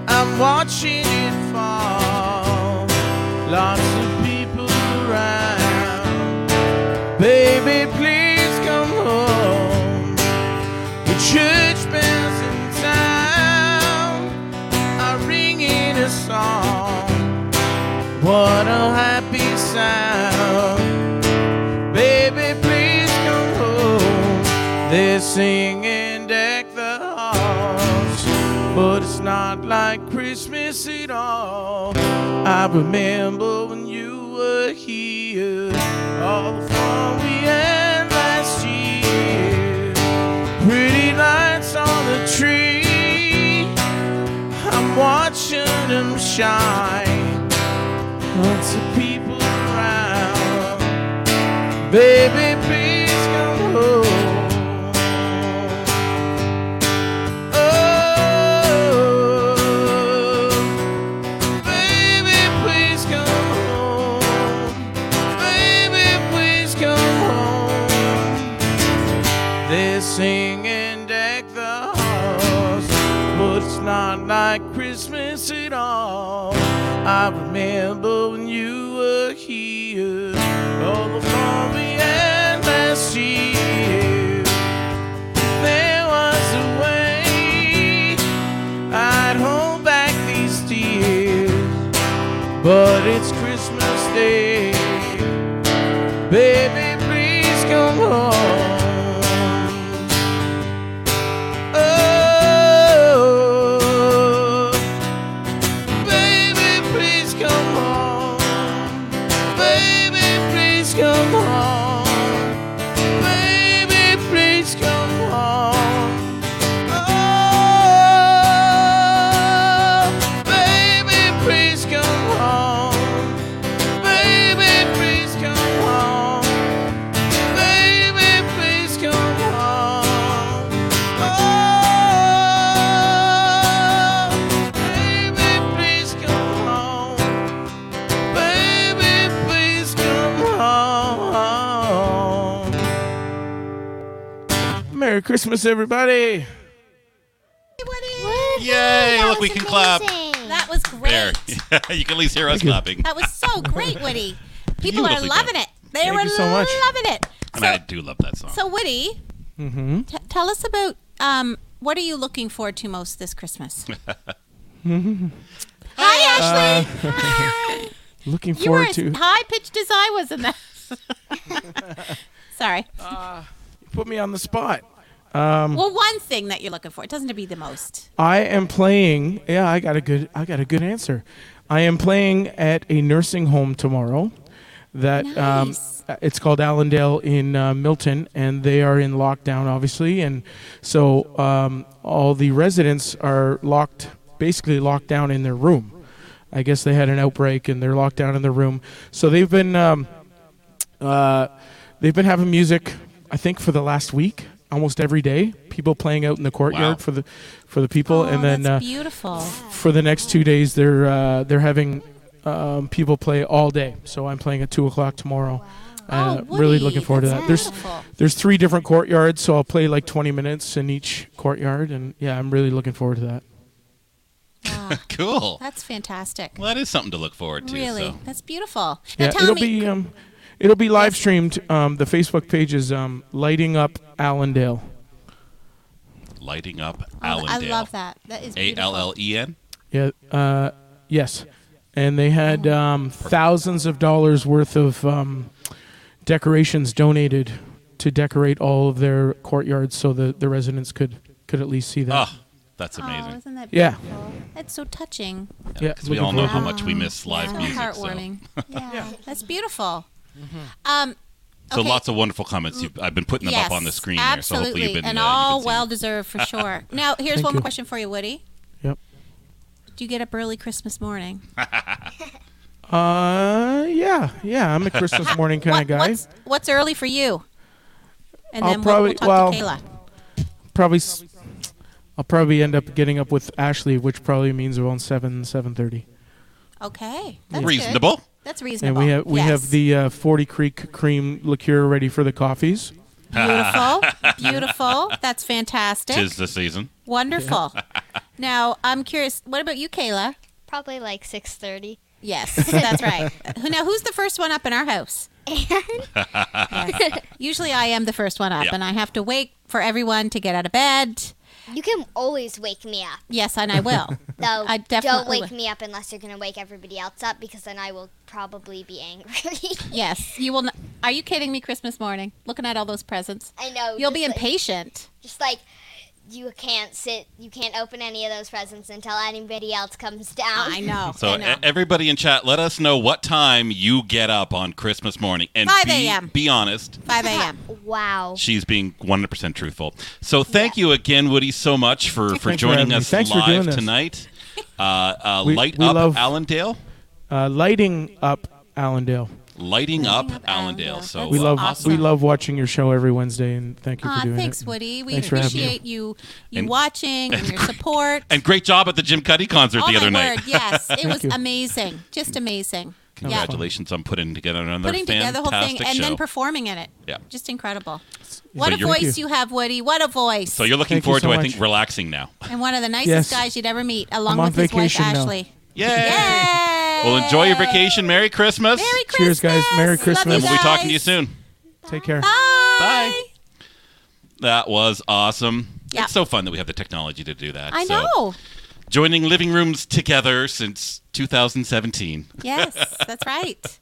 [SPEAKER 7] I'm watching it fall. Lots of people around. Baby, please come home. The church bells in town are ringing a song. What a happy sound. Baby, please come home. They're singing deck the halls, but it's not like
[SPEAKER 8] all. I remember when you were here, all the fun we had last year. Pretty lights on the tree, I'm watching them shine. Lots of people around, baby, please come home. Oh, baby, please come home. Baby, please come home. They're singing deck the halls, but it's not like Christmas at all. I remember when you were here, all the fun we had last year there was a way I'd hold back these tears, but it's Christmas Day. Baby, please come home. Oh, baby, please come home. Baby, please come home. Baby, please come home. Oh, baby, please come home. Baby, please come home. Baby, please come home. Oh, baby, please come home. Baby, please come home. Merry Christmas, everybody.
[SPEAKER 2] Yay! Look, we can clap.
[SPEAKER 1] That was great.
[SPEAKER 2] There. <laughs> you can at least hear us clapping.
[SPEAKER 1] That was so great,
[SPEAKER 2] <laughs>
[SPEAKER 1] Woody. People are
[SPEAKER 2] Beautifully done.
[SPEAKER 1] loving it. They
[SPEAKER 5] Thank
[SPEAKER 1] were
[SPEAKER 5] you so much.
[SPEAKER 1] loving it.
[SPEAKER 2] And I
[SPEAKER 1] So,
[SPEAKER 2] do love that song.
[SPEAKER 1] so Woody,
[SPEAKER 2] Mm-hmm.
[SPEAKER 1] t- tell us about um, what are you looking forward to most
[SPEAKER 2] <laughs>
[SPEAKER 1] this Christmas?
[SPEAKER 5] <laughs>
[SPEAKER 1] Hi, Ashley. Hi.
[SPEAKER 5] Uh, Looking
[SPEAKER 1] You were
[SPEAKER 5] forward
[SPEAKER 1] as
[SPEAKER 5] to.
[SPEAKER 1] high pitched as I was in that. <laughs> Sorry.
[SPEAKER 5] Uh, Put me on the spot.
[SPEAKER 2] Um,
[SPEAKER 5] um,
[SPEAKER 1] well, one thing that you're looking for. It doesn't have to be the most.
[SPEAKER 5] I am playing. Yeah, I got a good. I got a good answer. I am playing at a nursing home tomorrow. That
[SPEAKER 1] Nice.
[SPEAKER 5] um, it's called Allendale in uh, Milton, and they are in lockdown, obviously, and so um, all the residents are locked, basically locked down in their room. I guess they had an outbreak, and they're locked down in their room. So they've been. Um, uh, they've been having music, I think, for the last week, almost every day. People playing out in the courtyard
[SPEAKER 2] Wow.
[SPEAKER 5] for the for the people,
[SPEAKER 1] Oh,
[SPEAKER 5] and then uh,
[SPEAKER 1] that's beautiful.
[SPEAKER 5] for the next two days, they're uh, they're having um, people play all day. So I'm playing at two o'clock tomorrow. Uh,
[SPEAKER 1] Oh,
[SPEAKER 5] really
[SPEAKER 1] Woody,
[SPEAKER 5] looking forward to
[SPEAKER 1] that's
[SPEAKER 5] that. There's
[SPEAKER 1] beautiful.
[SPEAKER 5] there's three different courtyards, so I'll play like 20 minutes in each courtyard, and yeah, I'm really looking forward to that.
[SPEAKER 2] cool.
[SPEAKER 1] That's fantastic.
[SPEAKER 2] Well, that is something to look forward to.
[SPEAKER 1] really,
[SPEAKER 2] So.
[SPEAKER 1] that's beautiful. Now
[SPEAKER 5] Yeah,
[SPEAKER 1] tell
[SPEAKER 5] it'll
[SPEAKER 1] me,
[SPEAKER 5] be um, it'll be live streamed. Um, the Facebook page is um, lighting up Allendale.
[SPEAKER 2] Lighting up
[SPEAKER 1] Oh,
[SPEAKER 2] Allendale.
[SPEAKER 1] I love that. That is
[SPEAKER 2] A
[SPEAKER 1] beautiful.
[SPEAKER 2] L L E N.
[SPEAKER 5] Yeah. Uh, yes. And they had um, thousands of dollars worth of um, decorations donated to decorate all of their courtyards, so the, the residents could could at least see that.
[SPEAKER 2] Oh, that's
[SPEAKER 1] Oh,
[SPEAKER 2] amazing.
[SPEAKER 1] isn't that
[SPEAKER 5] Yeah.
[SPEAKER 1] beautiful? That's so touching. Um,
[SPEAKER 5] yeah.
[SPEAKER 2] Because we
[SPEAKER 5] looking
[SPEAKER 2] all know
[SPEAKER 5] forward-
[SPEAKER 2] how much we miss live
[SPEAKER 1] so
[SPEAKER 2] music. <laughs>
[SPEAKER 1] heartwarming.
[SPEAKER 9] Yeah.
[SPEAKER 1] That's beautiful. Um,
[SPEAKER 2] So, so
[SPEAKER 1] okay. Mm.
[SPEAKER 2] lots of wonderful comments. You've, I've been putting them
[SPEAKER 1] yes,
[SPEAKER 2] up on the screen there, so
[SPEAKER 1] absolutely.
[SPEAKER 2] hopefully you've been
[SPEAKER 1] and
[SPEAKER 2] uh, you can
[SPEAKER 1] all
[SPEAKER 2] see
[SPEAKER 1] well
[SPEAKER 2] them.
[SPEAKER 1] deserved
[SPEAKER 2] <laughs>
[SPEAKER 1] for sure. now, here's
[SPEAKER 5] Thank
[SPEAKER 1] one
[SPEAKER 5] you.
[SPEAKER 1] question for you, Woody.
[SPEAKER 5] Yep.
[SPEAKER 1] Do you get up early Christmas morning?
[SPEAKER 5] Uh, yeah, yeah. I'm a Christmas morning kind
[SPEAKER 1] What-
[SPEAKER 5] of guy.
[SPEAKER 1] What's, what's early for you? And
[SPEAKER 5] I'll
[SPEAKER 1] then we'll-
[SPEAKER 5] probably-
[SPEAKER 1] we'll, talk
[SPEAKER 5] well,
[SPEAKER 1] to Kayla.
[SPEAKER 5] Probably, s- I'll probably end up getting up with Ashley, which probably means around seven seven thirty.
[SPEAKER 1] Okay, that's good.
[SPEAKER 2] reasonable.
[SPEAKER 1] That's reasonable.
[SPEAKER 5] And we have we have
[SPEAKER 1] Yes.
[SPEAKER 5] the uh, Forty Creek cream liqueur ready for the coffees.
[SPEAKER 2] <laughs>
[SPEAKER 1] beautiful, beautiful. That's fantastic.
[SPEAKER 2] Tis the season.
[SPEAKER 1] Wonderful.
[SPEAKER 2] <laughs>
[SPEAKER 1] <laughs> now, I'm curious. What about you, Kayla?
[SPEAKER 10] Probably like 6:30.
[SPEAKER 1] Yes, that's right. <laughs> Who- Now, who's the first one up in our house?
[SPEAKER 2] <laughs>
[SPEAKER 1] Yeah. <laughs> Usually, I am the first one up,
[SPEAKER 2] Yeah.
[SPEAKER 1] and I have to wait for everyone to get out of bed.
[SPEAKER 10] You can always wake me up.
[SPEAKER 1] Yes, and
[SPEAKER 10] <laughs>
[SPEAKER 1] I will.
[SPEAKER 10] Though
[SPEAKER 1] I
[SPEAKER 10] don't
[SPEAKER 1] definitely
[SPEAKER 10] wake
[SPEAKER 1] will.
[SPEAKER 10] me up unless you're going to wake everybody else up because then I will probably be angry. <laughs>
[SPEAKER 1] yes, you will. Not, are you kidding me? Christmas morning, looking at all those presents,
[SPEAKER 10] I know.
[SPEAKER 1] you'll be
[SPEAKER 10] just Oh, like-
[SPEAKER 1] impatient.
[SPEAKER 10] Just like you can't sit, you can't open any of those presents until anybody else comes down.
[SPEAKER 1] I know.
[SPEAKER 2] So
[SPEAKER 1] Oh, I know.
[SPEAKER 2] e- everybody in chat, let us know what time you get up on Christmas morning, and
[SPEAKER 1] 5
[SPEAKER 2] be,
[SPEAKER 1] a.m..
[SPEAKER 2] be honest.
[SPEAKER 10] <laughs>
[SPEAKER 1] 5 a.m.
[SPEAKER 10] Wow.
[SPEAKER 2] She's being 100% truthful. So thank you again, Woody, so much for, for
[SPEAKER 5] for
[SPEAKER 2] joining
[SPEAKER 5] having me.
[SPEAKER 2] us
[SPEAKER 5] Thanks for
[SPEAKER 2] live
[SPEAKER 5] doing this.
[SPEAKER 1] <laughs>
[SPEAKER 2] tonight. Uh, uh,
[SPEAKER 5] We-
[SPEAKER 2] light
[SPEAKER 5] we
[SPEAKER 2] up
[SPEAKER 5] love-
[SPEAKER 2] Allendale.
[SPEAKER 5] Uh, lighting up Allendale.
[SPEAKER 2] Lighting up
[SPEAKER 1] up
[SPEAKER 2] Allendale.
[SPEAKER 1] Allendale.
[SPEAKER 2] So
[SPEAKER 5] We
[SPEAKER 2] uh,
[SPEAKER 5] love
[SPEAKER 2] awesome.
[SPEAKER 5] we love watching your show every Wednesday, and thank you for
[SPEAKER 1] Aw,
[SPEAKER 5] doing
[SPEAKER 1] thanks,
[SPEAKER 5] it.
[SPEAKER 1] Woody. We
[SPEAKER 5] Thanks for having me.
[SPEAKER 1] appreciate you you
[SPEAKER 2] And-
[SPEAKER 1] watching and,
[SPEAKER 2] <laughs>
[SPEAKER 1] your support.
[SPEAKER 2] And great job at the Jim Cuddy concert
[SPEAKER 1] oh
[SPEAKER 2] the
[SPEAKER 1] my
[SPEAKER 2] other night. <laughs>
[SPEAKER 1] word!
[SPEAKER 5] <laughs>
[SPEAKER 1] Yes, it was
[SPEAKER 5] you.
[SPEAKER 1] amazing. Just amazing. Yeah,
[SPEAKER 2] Congratulations on putting together another
[SPEAKER 1] putting together the
[SPEAKER 2] fantastic
[SPEAKER 1] whole thing and
[SPEAKER 2] show.
[SPEAKER 1] then performing in it.
[SPEAKER 2] Yeah.
[SPEAKER 1] just incredible. What a
[SPEAKER 2] you're-
[SPEAKER 1] voice
[SPEAKER 5] Thank you.
[SPEAKER 1] you have, Woody. What a voice.
[SPEAKER 2] so you're looking
[SPEAKER 5] Thank you
[SPEAKER 2] forward
[SPEAKER 5] so
[SPEAKER 2] to, I
[SPEAKER 5] much.
[SPEAKER 2] think, relaxing now.
[SPEAKER 1] and one of the nicest
[SPEAKER 5] Yes.
[SPEAKER 1] guys you'd ever meet, along
[SPEAKER 5] I'm on
[SPEAKER 1] with his wife
[SPEAKER 5] vacation now.
[SPEAKER 1] Ashley.
[SPEAKER 2] Yay!
[SPEAKER 1] Yay!
[SPEAKER 2] Well, enjoy your vacation. Merry Christmas.
[SPEAKER 1] Merry Christmas.
[SPEAKER 5] Cheers, guys. Merry
[SPEAKER 1] Love you
[SPEAKER 5] Christmas.
[SPEAKER 2] and we'll be talking to you
[SPEAKER 1] guys.
[SPEAKER 2] soon.
[SPEAKER 5] Take care.
[SPEAKER 1] Bye.
[SPEAKER 2] Bye. That was awesome.
[SPEAKER 1] Yeah.
[SPEAKER 2] It's so fun that we have the technology to do that.
[SPEAKER 1] I
[SPEAKER 2] so-
[SPEAKER 1] know.
[SPEAKER 2] Joining living rooms together since 2017. <laughs>
[SPEAKER 1] Yes, that's right.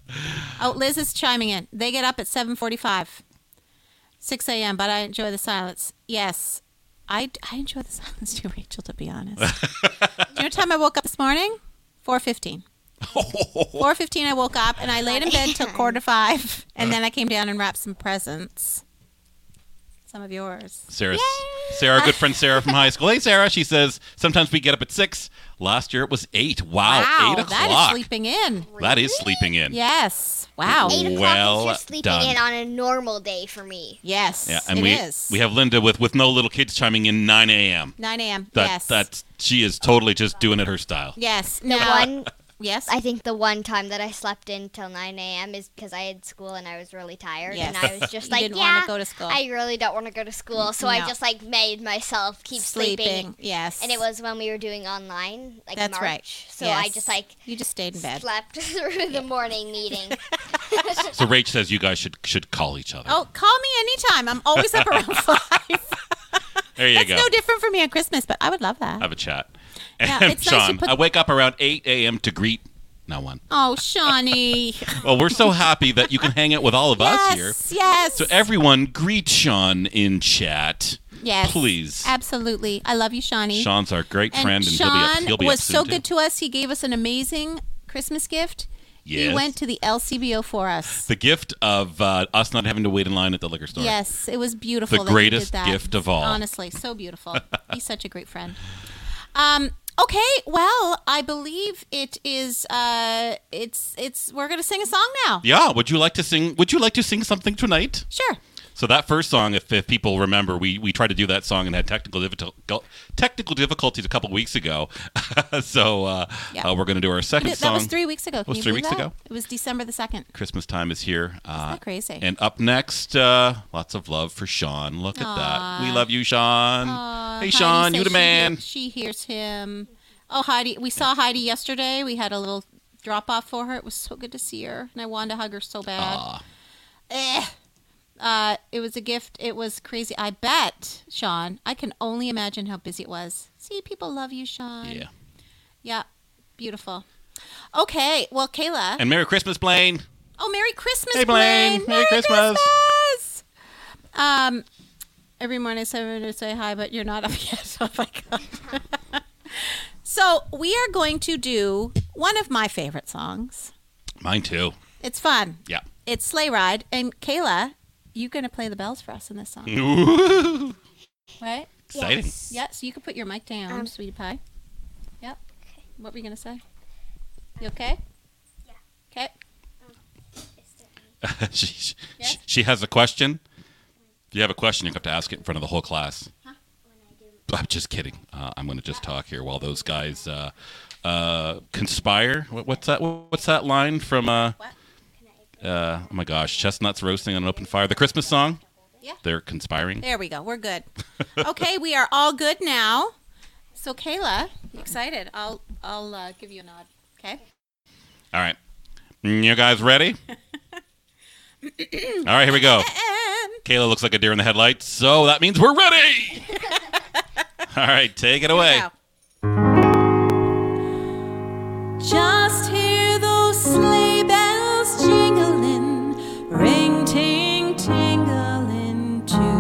[SPEAKER 1] Oh, Liz is chiming in. They get up at 7:45, 6 a.m. But I enjoy the silence. Yes, I, I enjoy the <laughs> silence too, Rachel. To be honest, do you know what time I woke up this morning? 4:15. 4:15. I woke up and I laid in bed
[SPEAKER 10] <laughs>
[SPEAKER 1] till quarter to five, and then I came down and wrapped some presents. Some of yours.
[SPEAKER 2] Sarah, Sarah, our good friend Sarah from high school. Hey, Sarah, she says sometimes we get up at six. Last year it was eight. Wow, eight o'clock.
[SPEAKER 1] that is sleeping in.
[SPEAKER 2] That is sleeping in.
[SPEAKER 1] Yes. Wow.
[SPEAKER 10] Eight o'clock
[SPEAKER 2] Well
[SPEAKER 10] is just sleeping
[SPEAKER 2] done.
[SPEAKER 10] in on a normal day for me.
[SPEAKER 1] Yes.
[SPEAKER 2] Yeah, and
[SPEAKER 1] it
[SPEAKER 2] we
[SPEAKER 1] is.
[SPEAKER 2] we have Linda with with no little kids chiming in 9 a.m.
[SPEAKER 1] 9 a.m.
[SPEAKER 2] That
[SPEAKER 1] yes.
[SPEAKER 2] that's she is totally just doing it her style.
[SPEAKER 1] Yes.
[SPEAKER 10] The
[SPEAKER 1] Now,
[SPEAKER 10] one,
[SPEAKER 1] Yes.
[SPEAKER 10] I think the one time that I slept in till 9 a.m. is because I had school and I was really tired. And
[SPEAKER 1] Yes.
[SPEAKER 10] I was just
[SPEAKER 1] You
[SPEAKER 10] like,
[SPEAKER 1] didn't
[SPEAKER 10] yeah,
[SPEAKER 1] wanna go to school."
[SPEAKER 10] I really don't want to go to school. So
[SPEAKER 1] No.
[SPEAKER 10] I just like made myself keep sleeping.
[SPEAKER 1] Yes.
[SPEAKER 10] And it was when we were doing online, like
[SPEAKER 1] That's
[SPEAKER 10] March.
[SPEAKER 1] right.
[SPEAKER 10] So I
[SPEAKER 1] Yes.
[SPEAKER 10] just like
[SPEAKER 1] you just stayed in bed.
[SPEAKER 10] slept <laughs> through the morning
[SPEAKER 1] <laughs>
[SPEAKER 10] meeting.
[SPEAKER 2] So Rach says you guys should should call each other.
[SPEAKER 1] Oh, call me anytime. I'm always up around five.
[SPEAKER 2] there you
[SPEAKER 1] That's
[SPEAKER 2] go.
[SPEAKER 1] no different for me on Christmas, but I would love that.
[SPEAKER 2] have a chat.
[SPEAKER 1] Yeah,
[SPEAKER 2] And
[SPEAKER 1] it's nice
[SPEAKER 2] Sean,
[SPEAKER 1] you put-
[SPEAKER 2] I wake up around 8 a.m. to greet no one.
[SPEAKER 1] Oh,
[SPEAKER 2] <laughs>
[SPEAKER 1] Shawnee.
[SPEAKER 2] Well, we're so happy that you can hang out with all of us here.
[SPEAKER 1] yes. Yes.
[SPEAKER 2] So everyone, greet Sean in chat.
[SPEAKER 1] yes.
[SPEAKER 2] please.
[SPEAKER 1] Absolutely. I love you, Shawnee.
[SPEAKER 2] Sean's our great
[SPEAKER 1] and
[SPEAKER 2] friend, and
[SPEAKER 1] Sean
[SPEAKER 2] he'll be up, he'll be up
[SPEAKER 1] was
[SPEAKER 2] soon,
[SPEAKER 1] so
[SPEAKER 2] too.
[SPEAKER 1] good to us. He gave us an amazing Christmas gift.
[SPEAKER 2] Yes.
[SPEAKER 1] He went to the LCBO for us.
[SPEAKER 2] the gift of uh, us not having to wait in line at the liquor store.
[SPEAKER 1] Yes, it was beautiful.
[SPEAKER 2] The
[SPEAKER 1] that he did
[SPEAKER 2] greatest
[SPEAKER 1] that.
[SPEAKER 2] gift of all.
[SPEAKER 1] Honestly, so
[SPEAKER 2] <laughs>
[SPEAKER 1] beautiful. He's such a great friend. Um, okay, well, I believe it is. Uh, it's it's. We're gonna sing a song now.
[SPEAKER 2] Yeah. Would you like to sing? Would you like to sing something tonight?
[SPEAKER 1] Sure.
[SPEAKER 2] So that first song, if, if people remember, we, we tried to do that song and had technical difficul- technical difficulties a couple weeks ago. <laughs> so uh,
[SPEAKER 1] Yeah.
[SPEAKER 2] uh, we're going to do our
[SPEAKER 1] We
[SPEAKER 2] second
[SPEAKER 1] did-
[SPEAKER 2] song.
[SPEAKER 1] that was three weeks ago. Can
[SPEAKER 2] was
[SPEAKER 1] you
[SPEAKER 2] three
[SPEAKER 1] believe
[SPEAKER 2] weeks
[SPEAKER 1] that?
[SPEAKER 2] ago.
[SPEAKER 1] It was December the second.
[SPEAKER 2] Christmas time is here. Uh,
[SPEAKER 1] that crazy?
[SPEAKER 2] And up next, uh, lots of love for Sean. Look at that. We love you, Sean. Um, hey, Sean, you the man.
[SPEAKER 1] Uh, She, hears him. Oh, Heidi. We saw Heidi yesterday. We had a little drop off for her. It was so good to see her, and I wanted to hug her so bad.
[SPEAKER 2] Aw.
[SPEAKER 1] Eh. Uh, it was a gift. It was crazy. I bet, Sean. I can only imagine how busy it was. See, people love you, Sean.
[SPEAKER 2] Yeah.
[SPEAKER 1] Yeah. Beautiful. Okay. Well, Kayla.
[SPEAKER 2] And Merry Christmas, Blaine.
[SPEAKER 1] oh, Merry Christmas,
[SPEAKER 2] Hey, Blaine. Merry Christmas.
[SPEAKER 1] Christmas. Um, every morning I say, to say hi, but you're not up <laughs> yet. Oh my god. <laughs> so we are going to do one of my favorite songs.
[SPEAKER 2] Mine too.
[SPEAKER 1] It's fun.
[SPEAKER 2] Yeah.
[SPEAKER 1] It's Sleigh Ride, and Kayla, you're gonna play the bells for us in this song.
[SPEAKER 2] <laughs> Ooh,
[SPEAKER 1] Right?
[SPEAKER 2] Exciting.
[SPEAKER 1] Yeah, so you can put your mic down, sweetie pie. Yep. What were you going to say? You okay? Yeah. Okay.
[SPEAKER 2] <laughs> she, she,
[SPEAKER 1] Yes?
[SPEAKER 2] she has a question. If you have a question, you have to ask it in front of the whole class. I'm just kidding. Uh, I'm going to just talk here while those guys uh, uh, conspire. What, what's that? What's that line from? Uh, uh, oh my gosh, chestnuts roasting on an open fire. The Christmas song.
[SPEAKER 1] Yeah.
[SPEAKER 2] They're conspiring.
[SPEAKER 1] There we go. We're good. okay, we are all good now. So Kayla, you excited? I'll I'll uh, give you a nod.
[SPEAKER 2] <clears throat>
[SPEAKER 1] Okay.
[SPEAKER 2] All right, Mm, you guys
[SPEAKER 1] <laughs>
[SPEAKER 2] ready? All right, here we go.
[SPEAKER 1] And
[SPEAKER 2] Kayla looks like a deer in the headlights, so that means we're
[SPEAKER 1] <laughs>
[SPEAKER 2] ready. All right, take it away.
[SPEAKER 1] Now. Just hear those sleigh bells jingling, ring ting tingling too.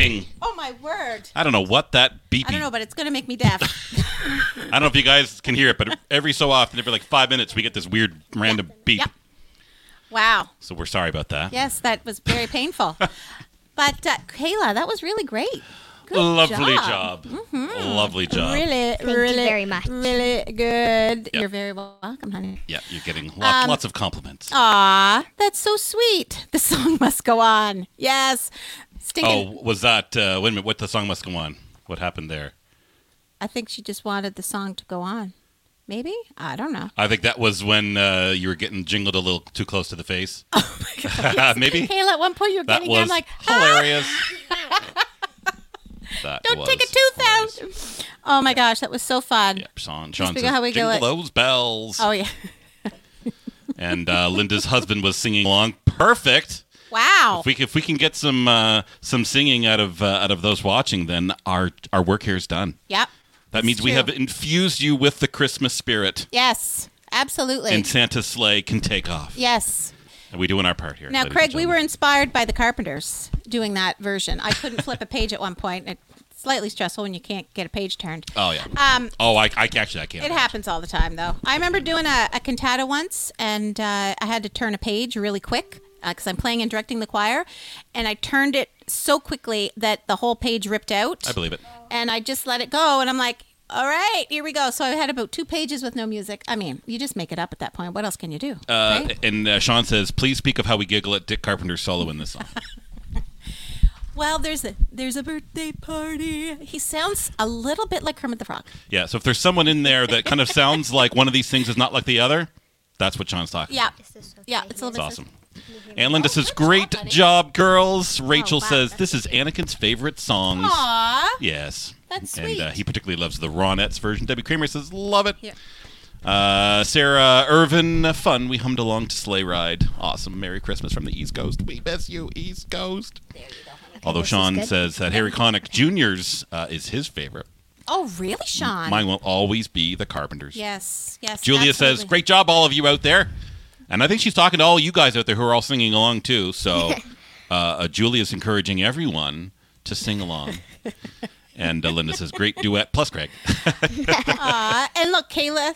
[SPEAKER 1] it.
[SPEAKER 2] I don't know what that beeping.
[SPEAKER 1] Oh, I don't know, but it's going to make
[SPEAKER 2] <laughs>
[SPEAKER 1] me deaf.
[SPEAKER 2] I don't know if you guys can hear it, but every so often, every like five minutes, we get this weird random beep.
[SPEAKER 1] Yep. Wow.
[SPEAKER 2] So we're sorry about that.
[SPEAKER 1] Yes, that was very painful. but uh, Kayla, that was really great. Good Mm-hmm.
[SPEAKER 2] Lovely job. Lovely job.
[SPEAKER 1] Really,
[SPEAKER 10] you
[SPEAKER 1] really,
[SPEAKER 10] very much.
[SPEAKER 1] Really good. You're very welcome, honey.
[SPEAKER 2] Yeah, you're getting lots,
[SPEAKER 1] Um,
[SPEAKER 2] lots of compliments.
[SPEAKER 1] Aw, that's so sweet. <laughs> The song must go on. Yes. Stinking.
[SPEAKER 2] oh, was that? Uh, wait a minute. What the song must go on? What happened there?
[SPEAKER 1] I think she just wanted the song to go on. Maybe? I don't know.
[SPEAKER 2] I think that was when uh, you were getting jingled a little too close to the
[SPEAKER 1] <laughs>
[SPEAKER 2] face.
[SPEAKER 1] Oh
[SPEAKER 2] <laughs> Maybe
[SPEAKER 1] Kayla, at one point you were
[SPEAKER 2] that
[SPEAKER 1] getting,
[SPEAKER 2] was
[SPEAKER 1] I'm like, "Ah!"
[SPEAKER 2] hilarious.
[SPEAKER 1] <laughs>
[SPEAKER 2] that
[SPEAKER 1] don't take a
[SPEAKER 2] was
[SPEAKER 1] tooth
[SPEAKER 2] hilarious.
[SPEAKER 1] out. Oh my gosh, that was so fun.
[SPEAKER 2] Yeah, Sean, Sean
[SPEAKER 1] speak
[SPEAKER 2] says,
[SPEAKER 1] of how we go,
[SPEAKER 2] jingle
[SPEAKER 1] like-
[SPEAKER 2] those bells.
[SPEAKER 1] Oh, yeah. <laughs>
[SPEAKER 2] And uh, Linda's husband was singing along. Perfect.
[SPEAKER 1] Wow.
[SPEAKER 2] If we, if we can get some uh, some singing out of uh, out of those watching, then our our work here is done.
[SPEAKER 1] yep.
[SPEAKER 2] That
[SPEAKER 1] It's
[SPEAKER 2] means we
[SPEAKER 1] true.
[SPEAKER 2] have infused you with the Christmas spirit,
[SPEAKER 1] Yes, absolutely.
[SPEAKER 2] and Santa's sleigh can take off.
[SPEAKER 1] yes.
[SPEAKER 2] And we doing our part here.
[SPEAKER 1] Now,
[SPEAKER 2] ladies and
[SPEAKER 1] Craig, we
[SPEAKER 2] gentlemen.
[SPEAKER 1] were inspired by the Carpenters doing that version. I couldn't flip a page at one point. It's slightly stressful when you can't get a page turned.
[SPEAKER 2] Oh yeah.
[SPEAKER 1] Um,
[SPEAKER 2] oh, I, I actually I can't.
[SPEAKER 1] It happens all the time, though. I remember doing a, a cantata once, and uh, I had to turn a page really quick because I'm playing and directing the choir, and I turned it so quickly that the whole page ripped out,
[SPEAKER 2] I believe it.
[SPEAKER 1] and I just let it go, and I'm like. All right, here we go. So I had about two pages with no music. I mean, you just make it up at that point. What else can you do?
[SPEAKER 2] Uh,
[SPEAKER 1] right?
[SPEAKER 2] And uh, Sean says, please speak of how we giggle at Dick Carpenter's solo in
[SPEAKER 1] <laughs>
[SPEAKER 2] this song.
[SPEAKER 1] Well, there's a there's a birthday party. He sounds a little bit like Kermit the Frog.
[SPEAKER 2] yeah. So if there's someone in there that kind of sounds like one of these things is not like the other, that's what Sean's talking.
[SPEAKER 1] Yeah,
[SPEAKER 10] Is this okay?
[SPEAKER 1] yeah, it's a
[SPEAKER 10] Here?
[SPEAKER 1] little
[SPEAKER 2] It's
[SPEAKER 1] bit.
[SPEAKER 2] awesome. And Linda says, great job, girls. Rachel
[SPEAKER 1] Oh, wow,
[SPEAKER 2] says, this is Anakin's favorite songs.
[SPEAKER 1] Aw,
[SPEAKER 2] Yes.
[SPEAKER 1] That's
[SPEAKER 2] And uh,
[SPEAKER 1] sweet.
[SPEAKER 2] he particularly loves the Ronettes version. Debbie Kramer says, love it.
[SPEAKER 1] Yeah.
[SPEAKER 2] Uh, Sarah Irvin, fun. We hummed along to Sleigh Ride. Awesome. Merry Christmas from the East Coast. We miss you, East Coast. Although Sean says that Harry Connick Jr.'s uh, is his favorite.
[SPEAKER 1] oh really, Sean?
[SPEAKER 2] Mine will always be the Carpenters.
[SPEAKER 1] Yes, yes.
[SPEAKER 2] Julia says,
[SPEAKER 1] absolutely.
[SPEAKER 2] great job, all of you out there. And I think she's talking to all you guys out there who are all singing along, too.
[SPEAKER 1] <laughs>
[SPEAKER 2] So uh, uh, Julia's encouraging everyone to sing along. and uh, Linda says, great duet, plus <laughs> Craig.
[SPEAKER 1] <laughs> Aw, and look, Kayla,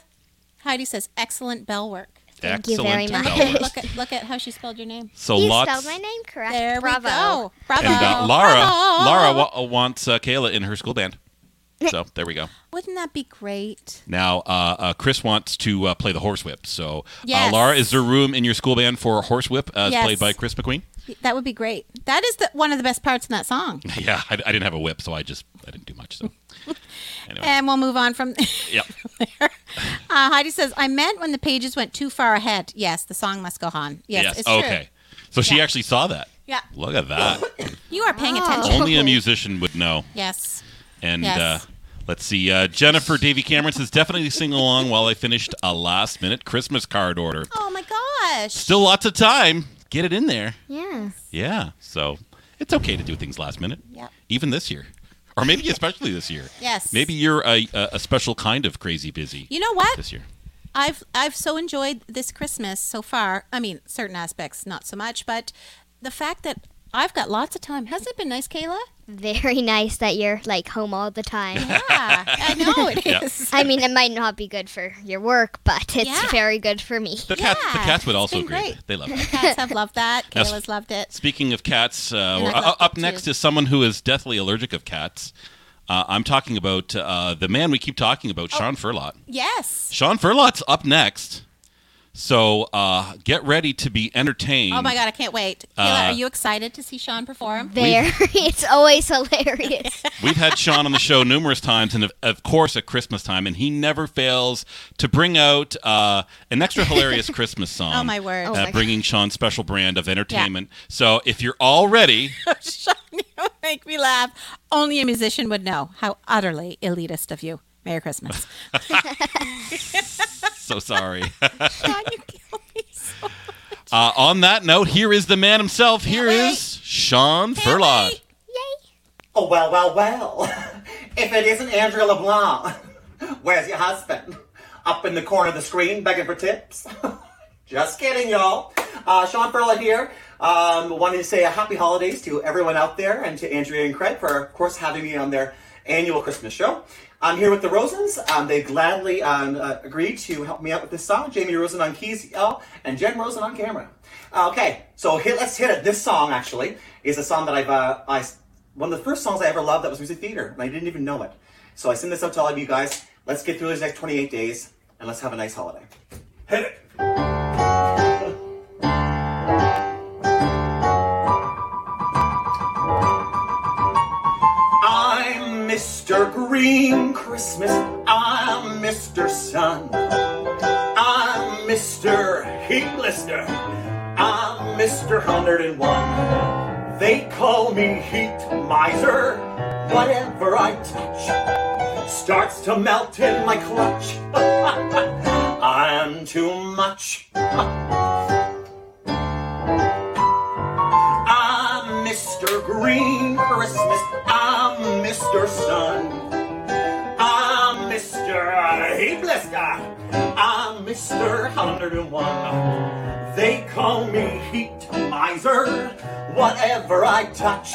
[SPEAKER 1] Heidi says, excellent bell work.
[SPEAKER 10] Thank you very
[SPEAKER 2] Excellent
[SPEAKER 10] much.
[SPEAKER 2] bell work.
[SPEAKER 1] Look at, look at how she spelled your name.
[SPEAKER 2] So
[SPEAKER 10] You
[SPEAKER 2] lots.
[SPEAKER 10] spelled my name correct.
[SPEAKER 1] There
[SPEAKER 10] Bravo.
[SPEAKER 1] we go. Bravo.
[SPEAKER 2] And uh, Lara,
[SPEAKER 1] Bravo.
[SPEAKER 2] Lara wa- wants uh, Kayla in her school band.
[SPEAKER 1] <laughs>
[SPEAKER 2] So there we go.
[SPEAKER 1] Wouldn't that be great?
[SPEAKER 2] Now, uh, uh, Chris wants to uh, play the horsewhip. So, uh,
[SPEAKER 1] Yes.
[SPEAKER 2] Laura, is there room in your school band for horsewhip as
[SPEAKER 1] Yes.
[SPEAKER 2] played by Chris McQueen? <laughs>
[SPEAKER 1] That would be great. That is the, one of the best parts in that song.
[SPEAKER 2] Yeah, I, I didn't have a whip, so I just I didn't do much.
[SPEAKER 1] <laughs>
[SPEAKER 2] So, anyway,
[SPEAKER 1] And we'll move on from <laughs>
[SPEAKER 2] yep.
[SPEAKER 1] there. Uh, Heidi says, I meant when the pages went too far ahead. Yes, the song must go on. Yes,
[SPEAKER 2] yes.
[SPEAKER 1] it's true.
[SPEAKER 2] Okay. So she actually saw that.
[SPEAKER 1] Yeah.
[SPEAKER 2] Look at
[SPEAKER 1] <laughs>
[SPEAKER 2] that.
[SPEAKER 1] You are paying
[SPEAKER 10] Oh.
[SPEAKER 1] attention.
[SPEAKER 2] Only a musician would know.
[SPEAKER 1] Yes.
[SPEAKER 2] And
[SPEAKER 1] Yes.
[SPEAKER 2] uh, let's see. Uh, Jennifer Davy Cameron says definitely sing along while I finished a last minute Christmas card order.
[SPEAKER 1] Oh my gosh.
[SPEAKER 2] Still lots of time. Get it in there.
[SPEAKER 10] Yeah.
[SPEAKER 2] Yeah. So it's okay to do things last minute.
[SPEAKER 1] Yep.
[SPEAKER 2] Even this year. Or maybe especially this year.
[SPEAKER 1] Yes.
[SPEAKER 2] Maybe you're a, a, a special kind of crazy busy
[SPEAKER 1] You know what?
[SPEAKER 2] this year.
[SPEAKER 1] I've I've so enjoyed this Christmas so far. I mean, certain aspects not so much, but the fact that I've got lots of time. Hasn't it been nice, Kayla?
[SPEAKER 10] Very nice that you're like home all the time.
[SPEAKER 1] Yeah, I know
[SPEAKER 10] <laughs>
[SPEAKER 1] it
[SPEAKER 2] Yeah.
[SPEAKER 1] is.
[SPEAKER 10] I mean, it might not be good for your work, but it's
[SPEAKER 1] Yeah.
[SPEAKER 10] very good for me.
[SPEAKER 2] The, cat, the
[SPEAKER 1] Yeah,
[SPEAKER 2] cats would
[SPEAKER 1] it's
[SPEAKER 2] also
[SPEAKER 1] been
[SPEAKER 2] agree.
[SPEAKER 1] great.
[SPEAKER 2] They love it.
[SPEAKER 1] Cats have
[SPEAKER 2] <laughs>
[SPEAKER 1] loved that.
[SPEAKER 2] Yes.
[SPEAKER 1] Kayla's loved it.
[SPEAKER 2] Speaking of cats, uh,
[SPEAKER 1] And I
[SPEAKER 2] we're-
[SPEAKER 1] love
[SPEAKER 2] uh, up
[SPEAKER 1] that,
[SPEAKER 2] next
[SPEAKER 1] too.
[SPEAKER 2] is someone who is deathly allergic of cats. Uh, I'm talking about uh, the man we keep talking about, Sean Furlot.
[SPEAKER 1] Oh. Yes.
[SPEAKER 2] Sean Furlot's up next. So uh, get ready to be entertained.
[SPEAKER 1] Oh my god, I can't wait.
[SPEAKER 2] Uh,
[SPEAKER 1] Kayla, are you excited to see Sean perform?
[SPEAKER 10] There, <laughs> it's always hilarious.
[SPEAKER 2] <laughs> We've had Sean on the show numerous times, and of, of course at Christmas time, and he never fails to bring out uh, an
[SPEAKER 1] <laughs>
[SPEAKER 2] extra hilarious Christmas song.
[SPEAKER 1] <laughs> Oh, my word. Oh,
[SPEAKER 10] my
[SPEAKER 2] Uh,
[SPEAKER 10] God.
[SPEAKER 2] bringing Sean's special brand of entertainment. So if you're all ready,
[SPEAKER 1] <laughs>
[SPEAKER 2] <laughs>
[SPEAKER 1] Sean, you make me laugh. Only a musician would know how utterly elitist of you.
[SPEAKER 2] <laughs>
[SPEAKER 1] Merry Christmas.
[SPEAKER 2] so sorry.
[SPEAKER 1] <laughs> Sean, you kill me so
[SPEAKER 2] Uh, on that note, here is the man himself. Here
[SPEAKER 1] wait.
[SPEAKER 2] is Sean Furlong.
[SPEAKER 11] Oh, well, well, well. If it isn't Andrea LeBlanc, where's your husband? Up in the corner of the screen begging for tips? <laughs> Just kidding, y'all. Uh, Sean Perla here. Um, wanted to say a happy holidays to everyone out there and to Andrea and Craig for, of course, having me on their annual Christmas show. I'm here with the Rosens. Um, they gladly um, uh, agreed to help me out with this song. Jamie Rosen on keys, y'all, and Jen Rosen on camera. Uh, Okay, so here, let's hit it. This song, actually, is a song that I've, uh, I, one of the first songs I ever loved that was music theater, and I didn't even know it. So I send this out to all of you guys. Let's get through these next 28 days, and let's have a nice holiday. Hit it! I'm Mr. Green Christmas. I'm Mr. Sun. I'm Mr. Heatlester. I'm Mr. 101. They call me Heat Miser. Whatever I touch starts to melt in my clutch. <laughs> I'm too much. I'm Mr. Ah, Green Christmas. I'm Mr. Sun. Ah, I'm Mr. Heatless Guy. I'm Mr. 101. Ah, They call me Heat Miser. Whatever I touch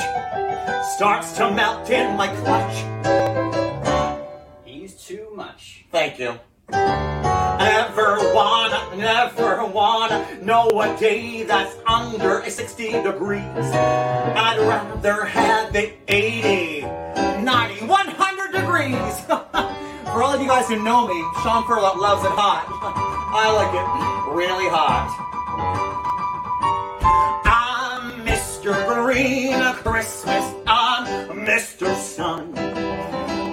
[SPEAKER 11] starts to melt in my clutch.
[SPEAKER 12] He's too much.
[SPEAKER 11] Thank you. Never wanna, never wanna know a day that's under a 60 degrees. I'd rather have it 80, 90, 100 degrees. <laughs> For all of you guys who know me, Sean Furlot loves it hot. <laughs> I like it really hot. I'm Mr. Green Christmas. I'm Mr. Sun.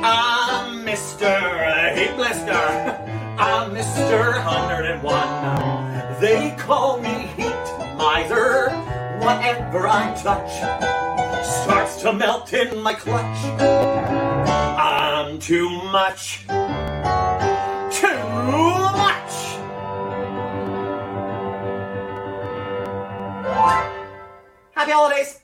[SPEAKER 11] I'm Mr. Heat Blister. <laughs> I'm Mr. 101. They call me Heat Miser. Whatever I touch starts to melt in my clutch. I'm too much. Too much. Happy holidays.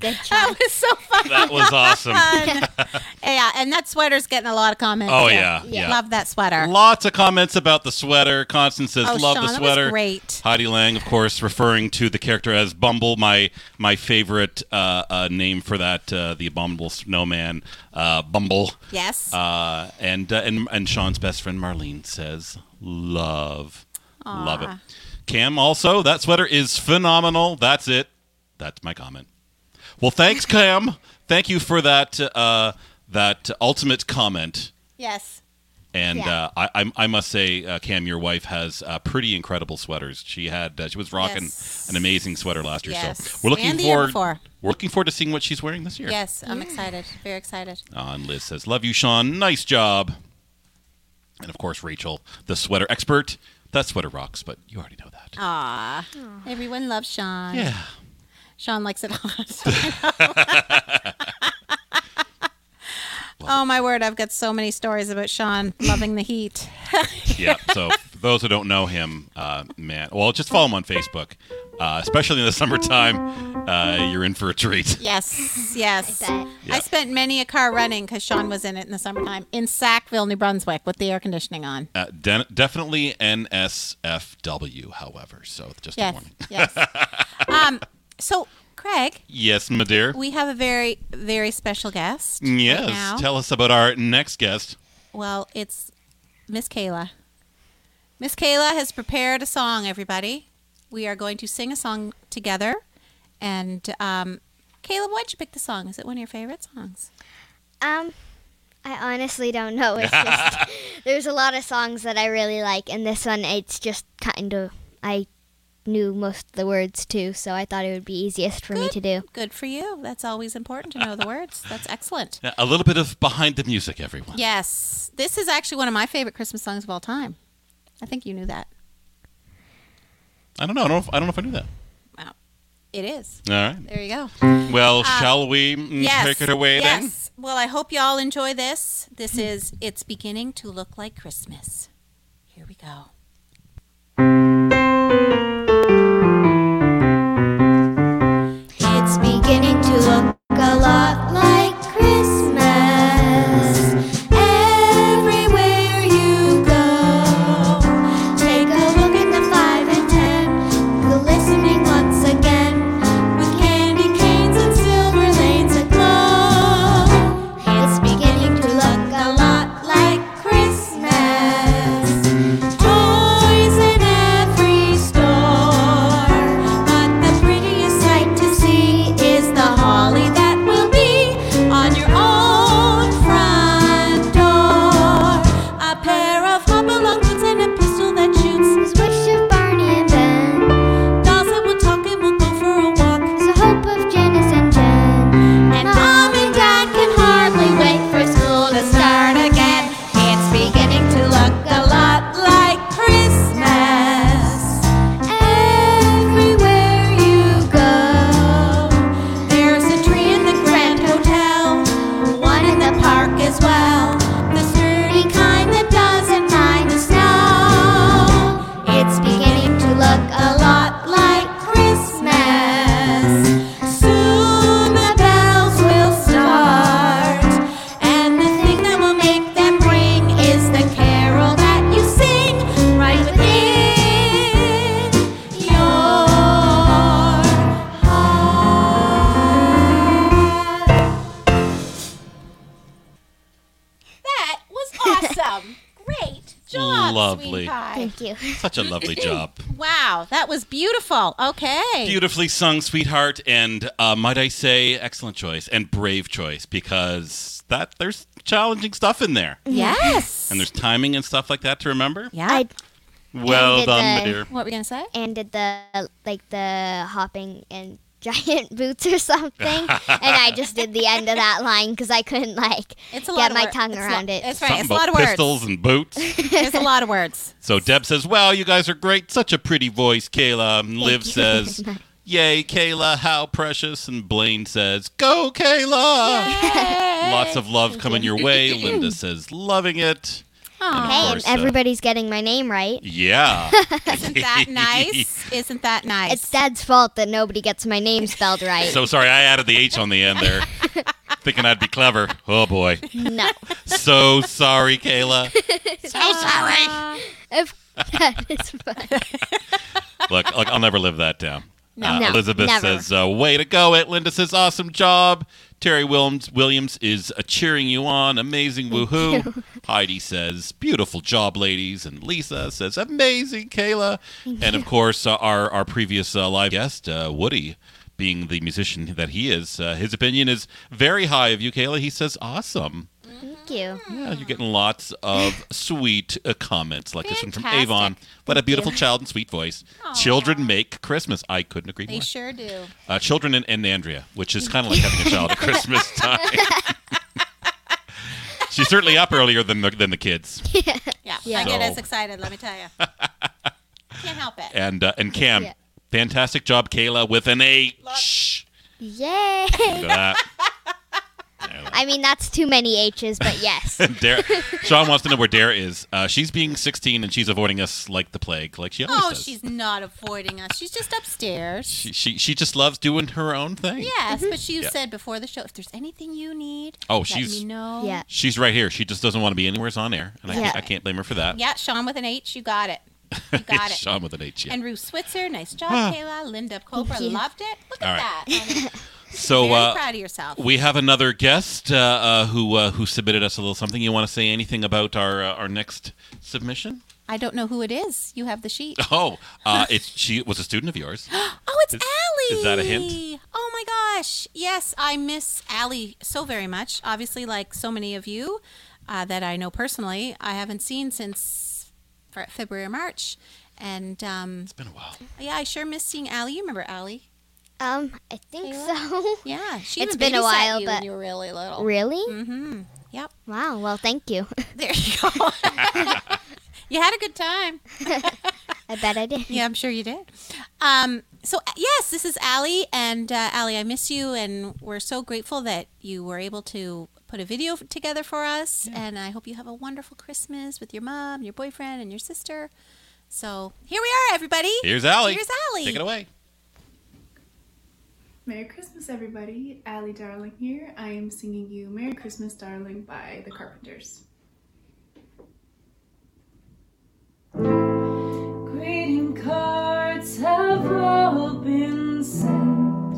[SPEAKER 10] Good job.
[SPEAKER 1] That was so fun.
[SPEAKER 2] That was awesome.
[SPEAKER 1] <laughs> yeah, and that sweater's getting a lot of comments.
[SPEAKER 2] Oh,
[SPEAKER 1] too.
[SPEAKER 2] yeah, yeah.
[SPEAKER 1] Love that sweater.
[SPEAKER 2] Lots of comments about the sweater. Constance says,
[SPEAKER 1] Oh,
[SPEAKER 2] "Love
[SPEAKER 1] Sean,
[SPEAKER 2] the
[SPEAKER 1] that was
[SPEAKER 2] sweater."
[SPEAKER 1] great.
[SPEAKER 2] Heidi Lang, of course, referring to the character as Bumble, my my favorite uh, uh, name for that, uh, the abominable snowman, uh, Bumble.
[SPEAKER 1] Yes.
[SPEAKER 2] Uh, and uh, and and Sean's best friend Marlene says, "Love, love it." Cam also, that sweater is phenomenal. That's it. That's my comment. Well, thanks, Cam. Thank you for that uh, that ultimate comment.
[SPEAKER 1] yes.
[SPEAKER 2] And
[SPEAKER 10] Yeah.
[SPEAKER 2] uh, I, I'm- I must say, uh, Cam, your wife has uh, pretty incredible sweaters. She had uh, she was rocking
[SPEAKER 1] Yes.
[SPEAKER 2] an amazing sweater last year. So
[SPEAKER 1] Yes.
[SPEAKER 2] we're looking
[SPEAKER 1] And the year
[SPEAKER 2] forward.
[SPEAKER 1] before.
[SPEAKER 2] We're looking forward to seeing what she's wearing this year.
[SPEAKER 1] Yes. I'm excited. Very excited.
[SPEAKER 2] Uh, and Liz says, "Love you, Sean. Nice job." And of course, Rachel, the sweater expert. That sweater rocks, but you already know that.
[SPEAKER 1] Aw. Everyone loves Sean.
[SPEAKER 2] Yeah.
[SPEAKER 1] Sean likes it hot.
[SPEAKER 2] <laughs>
[SPEAKER 1] <laughs> oh my word, I've got so many stories about Sean loving the heat.
[SPEAKER 2] yeah. So for those who don't know him, uh, man, well, just follow him on Facebook, uh, especially in the summertime. Uh, you're in for a treat.
[SPEAKER 1] Yes,
[SPEAKER 10] <laughs>
[SPEAKER 1] yes.
[SPEAKER 10] I bet.
[SPEAKER 2] Yeah.
[SPEAKER 1] I spent many a car running because Sean was in it in the summertime in Sackville, New Brunswick, with the air conditioning on.
[SPEAKER 2] Uh, de- definitely NSFW, however. So just a
[SPEAKER 1] Yes,
[SPEAKER 2] warning.
[SPEAKER 1] yes. um, so, Craig,
[SPEAKER 2] <laughs> Yes, my dear.
[SPEAKER 1] we have a very, very special guest. right
[SPEAKER 2] Yes.
[SPEAKER 1] now.
[SPEAKER 2] Tell us about our next guest.
[SPEAKER 1] Well, it's Miss Kayla. Miss Kayla has prepared a song, everybody. We are going to sing a song together. And um, Kayla, why'd you pick the song? Is it one of your favorite songs?
[SPEAKER 10] Um, I honestly don't know.
[SPEAKER 2] <laughs>
[SPEAKER 10] It's just <laughs> there's a lot of songs that I really like, and this one it's just kind of I knew most of the words too, so I thought it would be easiest for me to do.
[SPEAKER 1] Good for you. That's always important to know the words. That's excellent.
[SPEAKER 2] A little bit of behind the music, everyone.
[SPEAKER 1] Yes. This is actually one of my favorite Christmas songs of all time. I think you knew that.
[SPEAKER 2] I don't know. I don't know if I, don't know if I knew that.
[SPEAKER 1] Wow. It is.
[SPEAKER 2] All right.
[SPEAKER 1] There you go. Uh, Um,
[SPEAKER 2] Well, shall we mm,
[SPEAKER 1] Yes.
[SPEAKER 2] take it away then?
[SPEAKER 1] Yes. Well, I hope y'all enjoy this. This is It's Beginning to Look Like Christmas. Here we go.
[SPEAKER 13] It's beginning to look a lot like Christmas everywhere you go.
[SPEAKER 1] job. <laughs> Great job,
[SPEAKER 2] Lovely.
[SPEAKER 1] sweet pie.
[SPEAKER 10] Thank
[SPEAKER 2] <laughs>
[SPEAKER 10] you.
[SPEAKER 2] Such a lovely job.
[SPEAKER 1] <laughs> Wow, that was beautiful. Okay.
[SPEAKER 2] Beautifully sung, sweetheart, and uh, might I say, excellent choice and brave choice because that there's challenging stuff in there,
[SPEAKER 1] Yes.
[SPEAKER 2] and there's timing and stuff like that to remember.
[SPEAKER 1] Yeah.
[SPEAKER 10] I
[SPEAKER 2] Well
[SPEAKER 10] did
[SPEAKER 2] done, my
[SPEAKER 10] the-
[SPEAKER 2] dear.
[SPEAKER 1] what were you going to say?
[SPEAKER 10] and did the like the hopping and <laughs> giant boots or something, and I just did the end
[SPEAKER 2] <laughs>
[SPEAKER 10] of that line because I couldn't like
[SPEAKER 1] It's a lot
[SPEAKER 10] get
[SPEAKER 1] of
[SPEAKER 10] my
[SPEAKER 1] wor-
[SPEAKER 10] tongue
[SPEAKER 1] it's a
[SPEAKER 10] around
[SPEAKER 1] lo-
[SPEAKER 10] it.
[SPEAKER 1] It's right.
[SPEAKER 2] Something
[SPEAKER 1] it's a
[SPEAKER 2] about
[SPEAKER 1] lot of words.
[SPEAKER 2] pistols and boots.
[SPEAKER 1] There's a lot
[SPEAKER 10] <laughs>
[SPEAKER 1] of words.
[SPEAKER 2] so Deb says, "Wow, you guys are great. Such a pretty voice, Kayla." And Liv
[SPEAKER 10] you
[SPEAKER 1] <laughs>
[SPEAKER 2] says,
[SPEAKER 10] very much.
[SPEAKER 2] "Yay, Kayla! How precious!" And Blaine says, "Go, Kayla!" Lots of love coming your
[SPEAKER 1] <laughs>
[SPEAKER 2] way. Linda says, "Loving it."
[SPEAKER 1] Aw,
[SPEAKER 10] Hey,
[SPEAKER 2] course,
[SPEAKER 10] and
[SPEAKER 2] uh,
[SPEAKER 10] everybody's getting my name right.
[SPEAKER 2] Yeah.
[SPEAKER 1] Isn't that
[SPEAKER 10] <laughs>
[SPEAKER 1] nice? Isn't that nice?
[SPEAKER 10] It's Dad's fault that nobody gets my name spelled right.
[SPEAKER 2] <laughs> So sorry, I added the H on the end
[SPEAKER 1] <laughs>
[SPEAKER 2] there, thinking I'd be clever. Oh boy,
[SPEAKER 10] no, <laughs>
[SPEAKER 2] so sorry, Kayla.
[SPEAKER 10] If- <laughs> that is fine.
[SPEAKER 2] <laughs> Look, oh, look I'll never live that down. Uh,
[SPEAKER 10] No,
[SPEAKER 2] Elizabeth
[SPEAKER 10] never.
[SPEAKER 2] says, uh, "Way to go!" It. Linda says, "Awesome job." Terry Williams Williams is uh, cheering you on. Amazing, woohoo! Heidi says, "Beautiful job, ladies." And Lisa says, "Amazing, Kayla." and of course, uh, our our previous uh, live guest, uh, Woody, being the musician that he is, uh, his opinion is very high of you, Kayla. He says, "Awesome."
[SPEAKER 10] Thank you.
[SPEAKER 2] Yeah, you're getting lots of
[SPEAKER 1] <laughs>
[SPEAKER 2] sweet uh, comments like this one from
[SPEAKER 1] Fantastic.
[SPEAKER 2] Avon. What a beautiful child and sweet voice. Children make Christmas. I couldn't agree
[SPEAKER 1] they
[SPEAKER 2] more.
[SPEAKER 1] sure do.
[SPEAKER 2] uh, children and, and Andrea, which
[SPEAKER 1] <laughs>
[SPEAKER 2] is kind of like having a child at Christmas time. <laughs> She's certainly up earlier than the, than the kids.
[SPEAKER 1] <laughs> Yeah.
[SPEAKER 10] Yeah.
[SPEAKER 1] I get
[SPEAKER 2] So-
[SPEAKER 1] as excited, let me tell you.
[SPEAKER 2] <laughs>
[SPEAKER 1] Can't help it.
[SPEAKER 2] And uh, and Cam,
[SPEAKER 10] Yeah.
[SPEAKER 2] fantastic job, Kayla, with an H.
[SPEAKER 10] Yay!
[SPEAKER 2] Look at that.
[SPEAKER 10] I mean, that's too many H's, but
[SPEAKER 2] <laughs>
[SPEAKER 10] yes.
[SPEAKER 2] Dare, Sean wants to know where Dare is. Uh, she's being 16 and she's avoiding us like the plague, like she always
[SPEAKER 1] Oh,
[SPEAKER 2] does.
[SPEAKER 1] she's not avoiding us. She's just upstairs.
[SPEAKER 2] she, she she just loves doing her own thing.
[SPEAKER 1] Yes, but she
[SPEAKER 2] Yeah.
[SPEAKER 1] said before the show, if there's anything you need,
[SPEAKER 2] Oh,
[SPEAKER 1] let
[SPEAKER 2] she's-
[SPEAKER 1] me know.
[SPEAKER 10] Yeah.
[SPEAKER 2] She's right here. She just doesn't want to be anywhere's on air, and I,
[SPEAKER 10] Yeah.
[SPEAKER 2] I can't blame her for that.
[SPEAKER 1] Yeah, Sean with an H, you got it. You
[SPEAKER 2] <laughs>
[SPEAKER 1] got
[SPEAKER 2] It's
[SPEAKER 1] it.
[SPEAKER 2] Sean with an H. Yeah.
[SPEAKER 1] And Ruth Switzer, nice job, Kayla. Linda
[SPEAKER 14] <laughs>
[SPEAKER 1] Cobra
[SPEAKER 10] you.
[SPEAKER 1] loved it. Look
[SPEAKER 2] All
[SPEAKER 1] at
[SPEAKER 2] right.
[SPEAKER 1] that. I'm
[SPEAKER 2] so
[SPEAKER 1] very
[SPEAKER 2] uh,
[SPEAKER 1] proud of yourself.
[SPEAKER 2] we have another guest uh, uh, who uh, who submitted us a little something. You want to say anything about our uh, our next
[SPEAKER 1] <laughs>
[SPEAKER 2] submission?
[SPEAKER 1] I don't know who it is. You have the sheet.
[SPEAKER 2] <laughs> Oh, uh, it she was a student of yours.
[SPEAKER 1] Oh, <gasps> it's
[SPEAKER 2] Is-
[SPEAKER 1] Allie.
[SPEAKER 2] is that a hint?
[SPEAKER 1] Oh my gosh. Yes, I miss Allie so very much. Obviously, like so many of you uh, that I know personally, I haven't seen since Fe- February or March. And um,
[SPEAKER 2] It's been a while.
[SPEAKER 1] yeah, I sure miss seeing Allie. You remember Allie?
[SPEAKER 10] Um, I think so.
[SPEAKER 1] Yeah,
[SPEAKER 10] <laughs>
[SPEAKER 1] she
[SPEAKER 10] It's
[SPEAKER 1] even
[SPEAKER 10] been a
[SPEAKER 1] babysat
[SPEAKER 10] while,
[SPEAKER 1] you
[SPEAKER 10] but-
[SPEAKER 1] when you were really little.
[SPEAKER 10] Really?
[SPEAKER 1] Yep.
[SPEAKER 10] Wow. Well, thank you. <laughs>
[SPEAKER 1] There you go.
[SPEAKER 13] <laughs>
[SPEAKER 1] you had a good time.
[SPEAKER 10] <laughs> I bet I did.
[SPEAKER 1] Yeah, I'm sure you did. Um, so uh, yes, this is Allie, and uh, Allie, I miss you, and we're so grateful that you were able to put a video f- together for us. And I hope you have a wonderful Christmas with your mom, your boyfriend, and your sister. So here we are, everybody.
[SPEAKER 2] Here's Allie.
[SPEAKER 1] Here's Allie.
[SPEAKER 2] Take it away.
[SPEAKER 15] Merry Christmas, everybody. Allie Darling here. I am singing you Merry Christmas, Darling by The Carpenters.
[SPEAKER 4] Greeting cards have all been sent.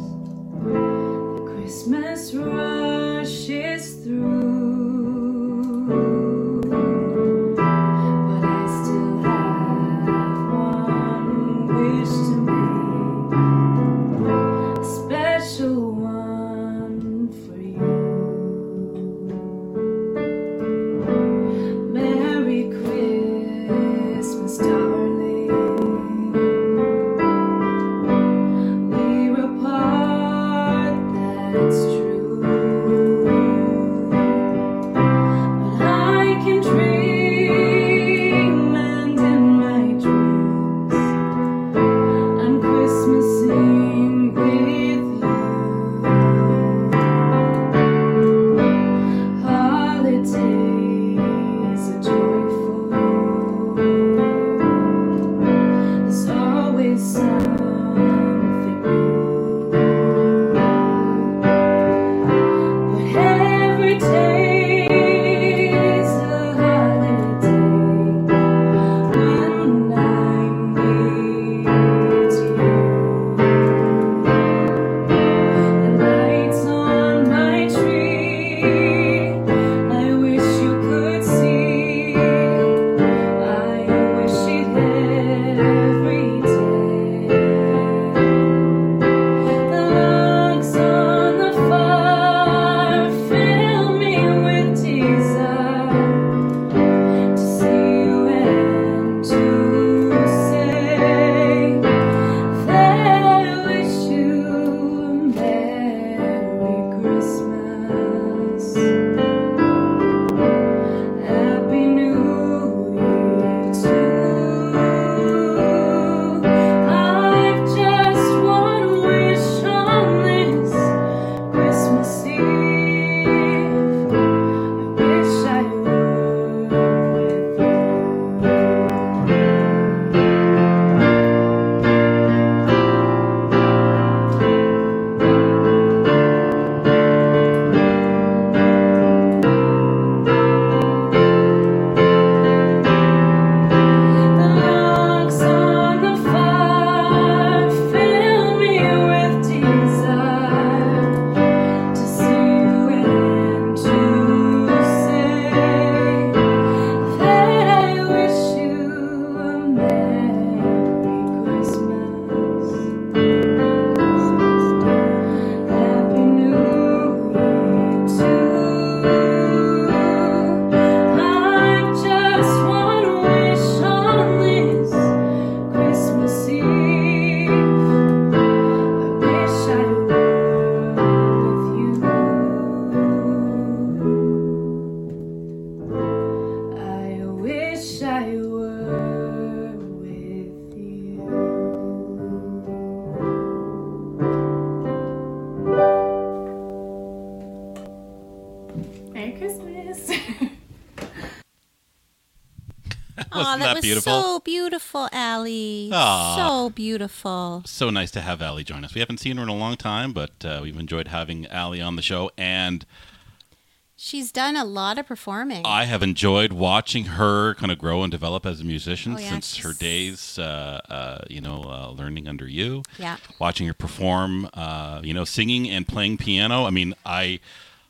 [SPEAKER 4] The Christmas rush is through. But I still have one wish to make a special one for you.
[SPEAKER 15] Merry
[SPEAKER 1] <laughs>
[SPEAKER 15] Christmas.
[SPEAKER 1] Aw,
[SPEAKER 2] Wasn't
[SPEAKER 1] that
[SPEAKER 2] that
[SPEAKER 1] was
[SPEAKER 2] beautiful?
[SPEAKER 1] so beautiful, Allie.
[SPEAKER 2] Aw.
[SPEAKER 1] So beautiful.
[SPEAKER 2] So nice to have Allie join us. We haven't seen her in a long time, but uh, we've enjoyed having Allie on the show, and
[SPEAKER 1] She's done a lot of performing.
[SPEAKER 2] I have enjoyed watching her kind of grow and develop as a musician
[SPEAKER 1] Oh, yeah,
[SPEAKER 2] since her days, uh, uh, you know, uh, learning under you.
[SPEAKER 1] Yeah.
[SPEAKER 2] Watching her perform, uh, you know, singing and playing piano. I mean, I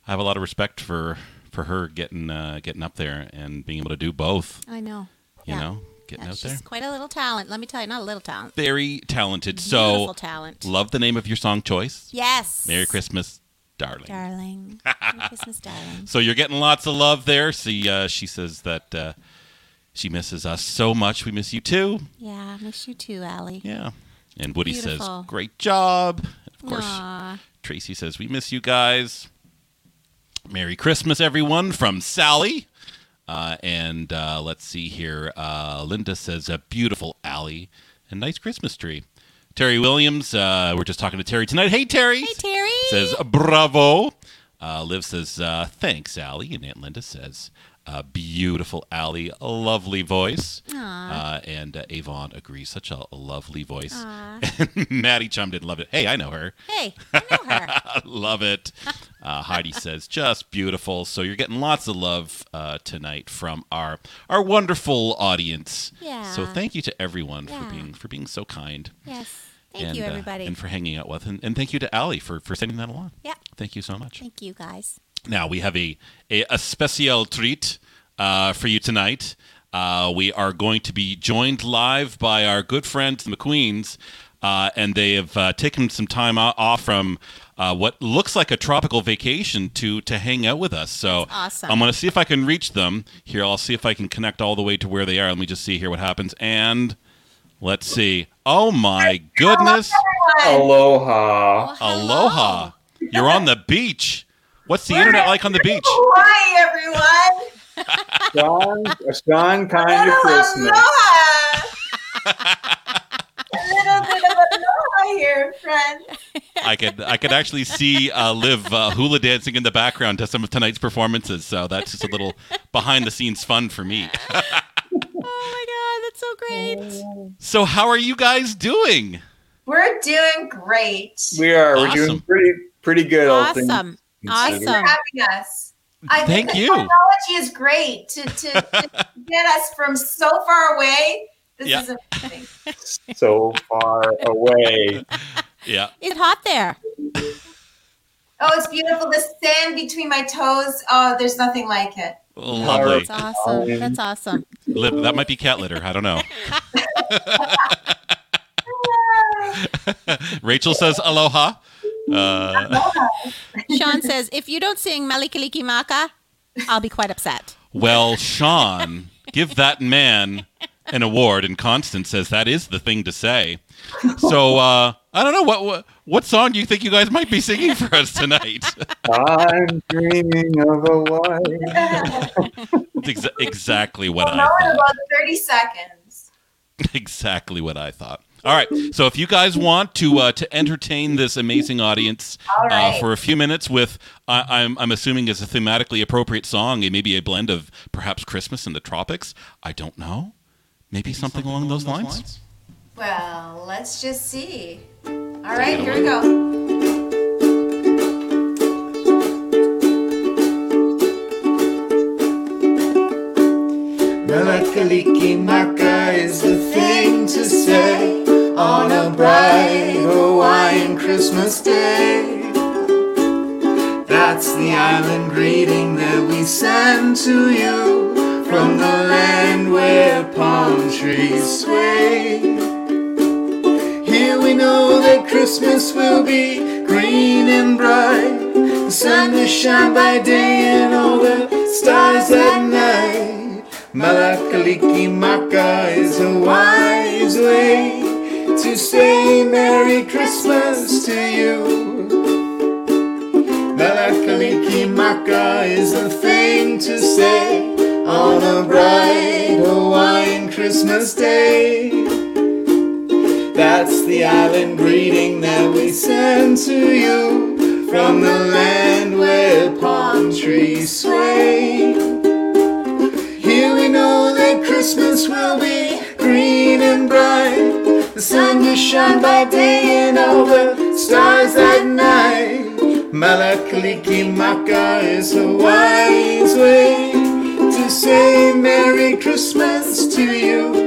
[SPEAKER 2] I have a lot of respect for for her getting uh, getting up there and being able to do both.
[SPEAKER 1] I know.
[SPEAKER 2] You
[SPEAKER 1] Yeah.
[SPEAKER 2] know, getting
[SPEAKER 1] Yeah,
[SPEAKER 2] out
[SPEAKER 1] she's
[SPEAKER 2] there.
[SPEAKER 1] quite a little talent. Let me tell you, not a little talent.
[SPEAKER 2] Very talented. so
[SPEAKER 1] Beautiful talent.
[SPEAKER 2] Love the name of your song choice.
[SPEAKER 1] Yes.
[SPEAKER 2] Merry Christmas, darling.
[SPEAKER 1] Darling.
[SPEAKER 2] <laughs>
[SPEAKER 1] Merry Christmas, darling.
[SPEAKER 2] So you're getting lots of love there. See, uh, she says that uh, she misses us so much. We miss you too.
[SPEAKER 1] Yeah, I miss you too, Allie.
[SPEAKER 2] Yeah. And Woody
[SPEAKER 1] Beautiful.
[SPEAKER 2] says, "Great job." Of course,
[SPEAKER 1] Aw.
[SPEAKER 2] Tracy says, "We miss you guys." Merry Christmas, everyone, from Sally. Uh, and uh, let's see here. Uh, Linda says, "A beautiful alley and nice Christmas tree." Terry Williams, uh, we're just talking to Terry tonight. Hey, Terry. Hey,
[SPEAKER 1] Terry.
[SPEAKER 2] Says, "Bravo." Uh, Liv says, uh, "Thanks, Allie," and Aunt Linda says, uh, "Beautiful Allie, a lovely voice."
[SPEAKER 1] Aw.
[SPEAKER 2] Uh, and uh, Avon agrees, such a lovely voice.
[SPEAKER 1] Aw.
[SPEAKER 2] <laughs> And Maddie chimed in, love it. Hey, I know her.
[SPEAKER 1] Hey, I know her.
[SPEAKER 2] <laughs> love it. Uh, Heidi says, just beautiful. So you're getting lots of love uh, tonight from our our wonderful audience.
[SPEAKER 1] Yeah.
[SPEAKER 2] So thank you to everyone
[SPEAKER 1] Yeah.
[SPEAKER 2] for being for being so kind.
[SPEAKER 1] yes. Thank
[SPEAKER 2] and,
[SPEAKER 1] you,
[SPEAKER 2] uh,
[SPEAKER 1] everybody.
[SPEAKER 2] and for hanging out with, and, and thank you to Allie for for sending that along.
[SPEAKER 1] Yeah.
[SPEAKER 2] Thank you so much.
[SPEAKER 1] Thank you, guys.
[SPEAKER 2] Now we have a a, a special treat uh, for you tonight. Uh, we are going to be joined live by our good friends the McQueens, uh, and they have uh, taken some time o- off from uh, what looks like a tropical vacation to to hang out with us. So
[SPEAKER 1] That's awesome.
[SPEAKER 2] I'm going to see if I can reach them here. I'll see if I can connect all the way to where they are. Let me just see here what happens, and let's see. Oh my goodness!
[SPEAKER 16] Aloha.
[SPEAKER 1] Oh,
[SPEAKER 2] Aloha. You're on the beach. What's the internet like on the
[SPEAKER 1] <laughs>
[SPEAKER 2] beach?
[SPEAKER 14] Hawaii, everyone.
[SPEAKER 16] Sean, Sean kind of Christmas.
[SPEAKER 14] Aloha. <laughs> a little bit of aloha here, friend.
[SPEAKER 2] I could I could actually see uh, Liv uh, hula dancing in the background to some of tonight's performances. So that's just a little behind the scenes fun for me. <laughs>
[SPEAKER 1] Oh my God, that's so great.
[SPEAKER 2] so how are you guys doing?
[SPEAKER 14] Oh. We're doing great.
[SPEAKER 16] We are. We're
[SPEAKER 2] Awesome.
[SPEAKER 16] doing pretty pretty good. all things
[SPEAKER 1] Awesome.
[SPEAKER 16] considered.
[SPEAKER 14] Thanks for having us. I
[SPEAKER 16] Thank
[SPEAKER 14] think that
[SPEAKER 16] you.
[SPEAKER 14] Technology is great to, to,
[SPEAKER 16] <laughs>
[SPEAKER 14] to get us from so far away. This
[SPEAKER 2] Yeah.
[SPEAKER 14] is amazing.
[SPEAKER 16] So far away.
[SPEAKER 2] <laughs> Yeah.
[SPEAKER 1] It's hot there.
[SPEAKER 14] <laughs> Oh, it's beautiful. The sand between my toes. Oh, there's nothing like it.
[SPEAKER 2] Oh, Lovely.
[SPEAKER 1] That's awesome. That's awesome.
[SPEAKER 2] Liv, that might be cat litter. I don't know. <laughs> Rachel says aloha. Uh,
[SPEAKER 14] <laughs>
[SPEAKER 1] Sean says, if you don't sing Malikaliki Maka, I'll be quite upset.
[SPEAKER 2] well, Sean, give that man an award. And Constance says that is the thing to say. So uh, I don't know what, what what song do you think you guys might be singing for us tonight. <laughs>
[SPEAKER 16] I'm dreaming of a wife.
[SPEAKER 2] That's exa- exactly what
[SPEAKER 14] We'll
[SPEAKER 2] I
[SPEAKER 14] know in about 30 seconds.
[SPEAKER 2] exactly what I thought. All right. So if you guys want to uh, to entertain this amazing audience
[SPEAKER 14] All
[SPEAKER 2] uh,
[SPEAKER 14] right.
[SPEAKER 2] for a few minutes with, I, I'm I'm assuming is a thematically appropriate song, it may be a blend of perhaps Christmas and the tropics. I don't know. Maybe, something, along, those, lines.
[SPEAKER 14] Well, let's just see. All right, here we go.
[SPEAKER 7] Malakaliki Maka is the thing to say on a bright Hawaiian Christmas day. That's the island greeting that we send to you from the land where palm trees sway. Here we know that Christmas will be green and bright. The sun will shine by day and all the stars at night. Malakaliki Maka is a wise way to say Merry Christmas to you. Malakaliki Maka is the thing to say on a bright Hawaiian Christmas day. That's the island greeting that we send to you from the land where palm trees sway. Here we know that Christmas will be green and bright. The sun will shine by day and over stars at night. Malakaliki Maka is a wise way to say Merry Christmas to you.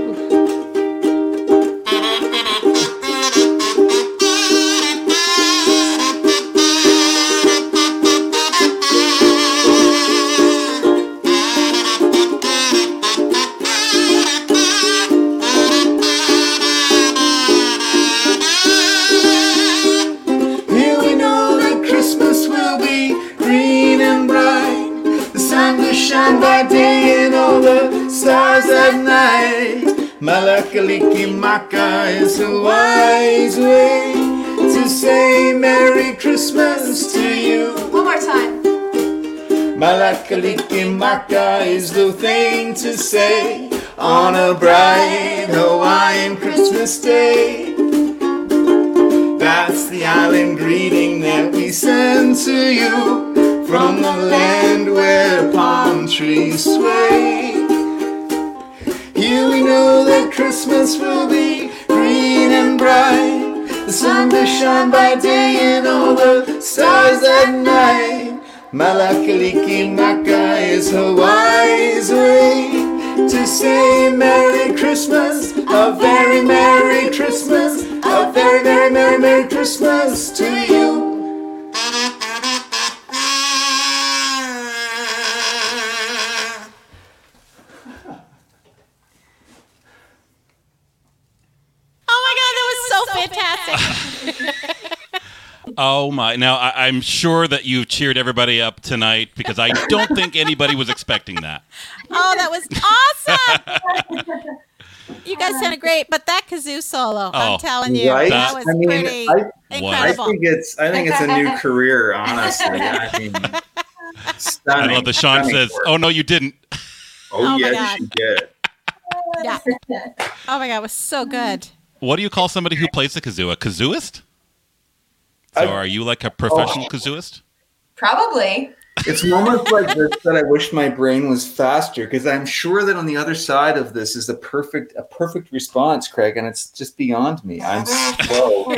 [SPEAKER 7] Here we know that Christmas will be green and bright. The sun will shine by day and all the stars at night. Malakaliki Maka is a wise way to say Merry Christmas to you.
[SPEAKER 14] One more time.
[SPEAKER 7] Malakaliki Maka is the thing to say on a bright Hawaiian Christmas day. That's the island greeting that we send to you from the land where palm trees sway. Here we know that Christmas will be green and bright. The sun will shine by day and all the stars at night. Malakaliki Maka is Hawaii's way to say Merry Christmas, a very Merry Christmas, a very, very Merry, Merry Christmas to you.
[SPEAKER 1] Oh my God, that was so fantastic.
[SPEAKER 2] Oh my! Now I, I'm sure that you've cheered everybody up tonight because I don't think anybody was expecting that.
[SPEAKER 1] <laughs> oh, that was awesome. You
[SPEAKER 14] Uh-huh.
[SPEAKER 1] guys sounded great, but that kazoo solo,
[SPEAKER 2] Oh.
[SPEAKER 1] I'm telling you,
[SPEAKER 16] Right?
[SPEAKER 1] that was
[SPEAKER 16] I mean,
[SPEAKER 14] <laughs>
[SPEAKER 1] pretty
[SPEAKER 16] I,
[SPEAKER 1] incredible.
[SPEAKER 16] I think it's I think it's a
[SPEAKER 1] <laughs>
[SPEAKER 16] new career, honestly. I mean,
[SPEAKER 2] I love that Sean
[SPEAKER 16] stunning
[SPEAKER 2] says,
[SPEAKER 16] work.
[SPEAKER 2] "Oh no, you didn't."
[SPEAKER 16] Oh,
[SPEAKER 1] Oh my
[SPEAKER 16] yes,
[SPEAKER 1] God.
[SPEAKER 16] you did.
[SPEAKER 1] Yeah. Oh my God, it was so good.
[SPEAKER 2] What do you call somebody who plays the kazoo? A kazooist? So are you like a professional kazooist?
[SPEAKER 14] Probably.
[SPEAKER 16] It's moments like this that I wish my brain was faster because I'm sure that on the other side of this is the perfect a perfect response, Craig, and it's just beyond me. I'm slow.
[SPEAKER 2] A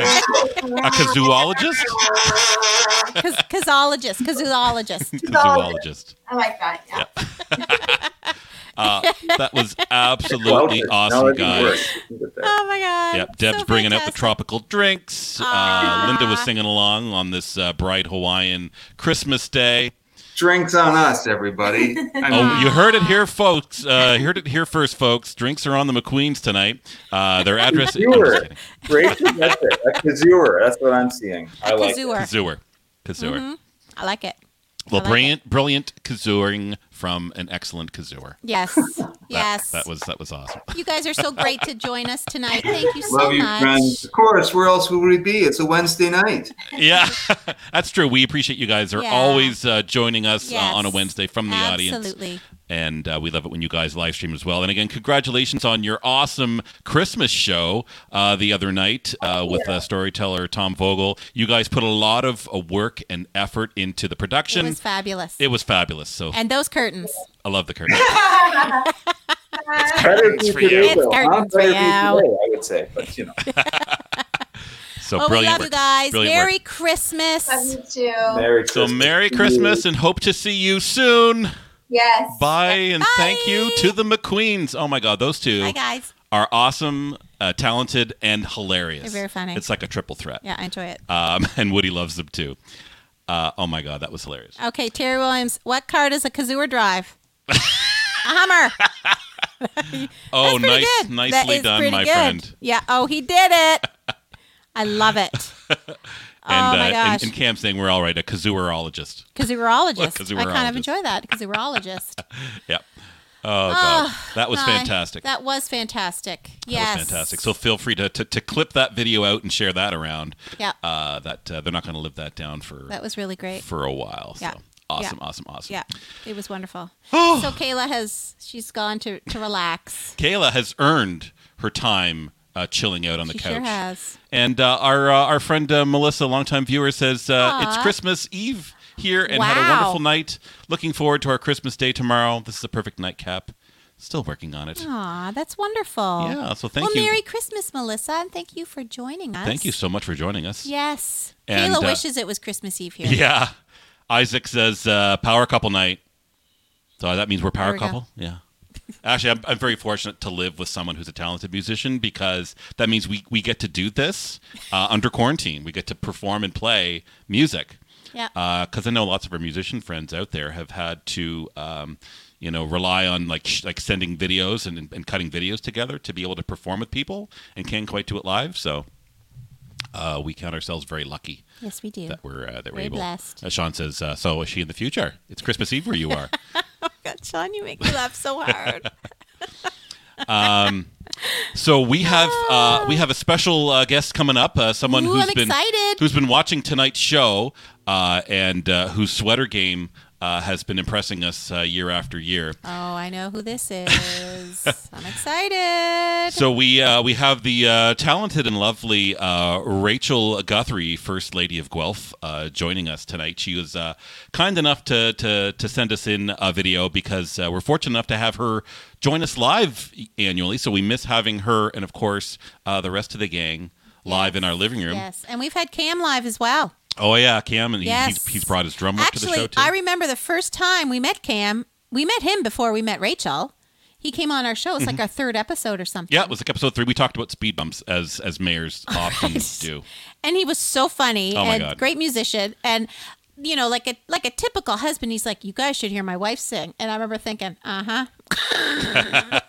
[SPEAKER 2] kazooologist?
[SPEAKER 1] Kaz- Kazoologist, kazoologist.
[SPEAKER 2] Zoologist.
[SPEAKER 14] I like that. Yeah.
[SPEAKER 2] <laughs> Uh, that was absolutely awesome, guys.
[SPEAKER 1] Oh my God.
[SPEAKER 2] Yep, Deb's bringing out the tropical drinks. Uh, Linda was singing along on this uh, bright Hawaiian Christmas day.
[SPEAKER 16] Drinks on us, everybody. I
[SPEAKER 2] Oh,
[SPEAKER 16] mean-
[SPEAKER 2] you heard it here, folks. Uh, heard it here first, folks. Drinks are on the McQueens tonight. Uh,
[SPEAKER 16] <laughs>
[SPEAKER 2] their address. I'm just
[SPEAKER 16] Kazooer. Rachel, that's it. A kazooer. That's what I'm seeing. I like it.
[SPEAKER 1] Kazooer.
[SPEAKER 2] Kazooer. Kazooer.
[SPEAKER 1] Mhm. I like it.
[SPEAKER 2] Well,
[SPEAKER 1] I like
[SPEAKER 2] brilliant, brilliant kazooing from an excellent kazooer.
[SPEAKER 14] <laughs>
[SPEAKER 1] Yes. Yes.
[SPEAKER 2] That was that was
[SPEAKER 1] <laughs>
[SPEAKER 2] awesome.
[SPEAKER 1] You guys are so great to join us tonight. Thank you so
[SPEAKER 16] Love you,
[SPEAKER 1] much.
[SPEAKER 16] friends. Of course. Where else would we be? It's a Wednesday night.
[SPEAKER 2] yeah, <laughs> that's true. We appreciate you guys are
[SPEAKER 1] Yeah.
[SPEAKER 2] always uh, joining us uh, on a
[SPEAKER 1] Yes.
[SPEAKER 2] Wednesday from the audience.
[SPEAKER 1] Absolutely.
[SPEAKER 2] And uh, we love it when you guys live stream as well. And again, congratulations on your awesome Christmas show uh, the other night
[SPEAKER 1] Oh,
[SPEAKER 2] uh, with uh, storyteller Tom Vogel. You guys put a lot of uh, work and effort into the production.
[SPEAKER 1] It was fabulous.
[SPEAKER 2] It was fabulous.
[SPEAKER 16] Oh.
[SPEAKER 2] So
[SPEAKER 1] And those curtains.
[SPEAKER 2] I love the
[SPEAKER 1] <laughs>
[SPEAKER 2] curtain.
[SPEAKER 16] Better
[SPEAKER 2] It's
[SPEAKER 16] be
[SPEAKER 2] for
[SPEAKER 16] today,
[SPEAKER 2] you.
[SPEAKER 1] It's
[SPEAKER 16] though, huh?
[SPEAKER 1] curtains for
[SPEAKER 16] Better be
[SPEAKER 1] you.
[SPEAKER 16] today, I would say, but you know.
[SPEAKER 2] <laughs> So
[SPEAKER 1] well, we
[SPEAKER 2] brilliant
[SPEAKER 1] love
[SPEAKER 2] work.
[SPEAKER 1] you guys.
[SPEAKER 2] Brilliant work.
[SPEAKER 1] Merry Christmas.
[SPEAKER 14] Love you too.
[SPEAKER 16] Merry
[SPEAKER 2] So Merry Christmas and hope to see you soon.
[SPEAKER 14] Yes.
[SPEAKER 2] Bye and thank you to the McQueens. Oh my God, those two
[SPEAKER 1] Bye, guys.
[SPEAKER 2] are awesome, uh, talented, and hilarious.
[SPEAKER 1] They're very funny.
[SPEAKER 2] It's like a triple threat.
[SPEAKER 1] Yeah, I enjoy it.
[SPEAKER 2] Um, <laughs> and Woody loves them too. Uh, oh my God, that was hilarious.
[SPEAKER 1] Okay, Terry Williams, what car does a Kazooer
[SPEAKER 2] <laughs>
[SPEAKER 1] drive? a Hummer.
[SPEAKER 2] Oh, nice,
[SPEAKER 1] Pretty good. that
[SPEAKER 2] nicely
[SPEAKER 1] is
[SPEAKER 2] done,
[SPEAKER 1] pretty
[SPEAKER 2] my
[SPEAKER 1] good.
[SPEAKER 2] friend.
[SPEAKER 1] Yeah. Oh, he did it. I
[SPEAKER 2] <laughs>
[SPEAKER 1] love it.
[SPEAKER 2] And,
[SPEAKER 1] Oh my
[SPEAKER 2] uh, and,
[SPEAKER 1] gosh.
[SPEAKER 2] and Cam's saying we're all right, a <laughs> kazooerologist.
[SPEAKER 1] Kazooerologist.
[SPEAKER 2] Kazooerologist.
[SPEAKER 1] I kind of enjoy that. Kazooerologist.
[SPEAKER 2] Yep. Oh, God.
[SPEAKER 1] Oh,
[SPEAKER 2] that was
[SPEAKER 1] my.
[SPEAKER 2] fantastic.
[SPEAKER 1] That was fantastic. Yes.
[SPEAKER 2] That was fantastic. So feel free to, to, to clip that video out and share that around.
[SPEAKER 1] Yeah.
[SPEAKER 2] Uh, that uh, they're not going to live that down for
[SPEAKER 1] That was really great.
[SPEAKER 2] for a while.
[SPEAKER 1] Yeah.
[SPEAKER 2] So awesome,
[SPEAKER 1] Yeah.
[SPEAKER 2] awesome, awesome.
[SPEAKER 1] Yeah. It was wonderful.
[SPEAKER 2] Oh.
[SPEAKER 1] So Kayla has she's gone to to relax.
[SPEAKER 2] Kayla has earned her time uh, chilling out on the
[SPEAKER 1] She
[SPEAKER 2] couch.
[SPEAKER 1] sure has.
[SPEAKER 2] And uh, our uh, our friend uh, Melissa, longtime viewer, says uh,
[SPEAKER 1] Aw.
[SPEAKER 2] it's Christmas Eve here and had a wonderful
[SPEAKER 1] Wow.
[SPEAKER 2] night. Looking forward to our Christmas day tomorrow. This is the perfect nightcap. Still working on it.
[SPEAKER 1] Aw, that's wonderful.
[SPEAKER 2] Yeah, so thank
[SPEAKER 1] well,
[SPEAKER 2] you.
[SPEAKER 1] Merry Christmas, Melissa, and thank you for joining us.
[SPEAKER 2] Thank you so much for joining us.
[SPEAKER 1] Yes.
[SPEAKER 2] And,
[SPEAKER 1] Kayla
[SPEAKER 2] uh,
[SPEAKER 1] wishes it was Christmas Eve here.
[SPEAKER 2] Yeah. Isaac says uh, power couple night. So that means we're power
[SPEAKER 1] There we go.
[SPEAKER 2] couple. Yeah. Actually, I'm, I'm very fortunate to live with someone who's a talented musician because that means we, we get to do this uh, under quarantine. We get to perform and play music. <laughs>
[SPEAKER 1] Yeah.
[SPEAKER 2] Because I know lots of our musician friends out there have had to, um, you know, rely on like sh- like sending videos and, and cutting videos together to be able to perform with people and can't quite do it live. So uh, we count ourselves very lucky
[SPEAKER 1] Yes, we do.
[SPEAKER 2] that we're uh, that we're
[SPEAKER 1] Very
[SPEAKER 2] able.
[SPEAKER 1] blessed.
[SPEAKER 2] Uh, Sean says, uh, "So is she in the future? It's Christmas Eve where you are."
[SPEAKER 1] <laughs> Oh, God, Sean, you make me laugh
[SPEAKER 2] <laughs>
[SPEAKER 1] so hard.
[SPEAKER 2] um, so we have uh, we have a special uh, guest coming up. Uh, someone
[SPEAKER 1] Ooh,
[SPEAKER 2] who's
[SPEAKER 1] I'm
[SPEAKER 2] been
[SPEAKER 1] excited.
[SPEAKER 2] who's been watching tonight's show uh, and uh, whose sweater game uh, has been impressing us uh, year after
[SPEAKER 1] <laughs>
[SPEAKER 2] year.
[SPEAKER 1] oh, I know who this is. I'm excited.
[SPEAKER 2] So we uh, we have the uh, talented and lovely uh, Rachel Guthrie, First Lady of Guelph, uh, joining us tonight. She was uh, kind enough to, to to send us in a video because uh, we're fortunate enough to have her join us live annually. So we miss having her and of course uh, the rest of the gang live in our living room.
[SPEAKER 1] Yes, and we've had Cam live as well.
[SPEAKER 2] Oh yeah, Cam, and he-
[SPEAKER 1] Yes.
[SPEAKER 2] he's, he's brought his drum work to the show
[SPEAKER 1] Actually, um,
[SPEAKER 2] too.
[SPEAKER 1] I remember the first time we met Cam. We met him before we met Rachel. He came on our show. It's
[SPEAKER 2] Mhm.
[SPEAKER 1] like our third episode or something.
[SPEAKER 2] yeah, it was like episode three. We talked about speed bumps as as
[SPEAKER 1] <laughs>
[SPEAKER 2] mayors often do.
[SPEAKER 1] and he was so funny
[SPEAKER 2] Oh my
[SPEAKER 1] and
[SPEAKER 2] God.
[SPEAKER 1] great musician and you know like a like a typical husband he's like you guys should hear my wife sing and i remember thinking uh-huh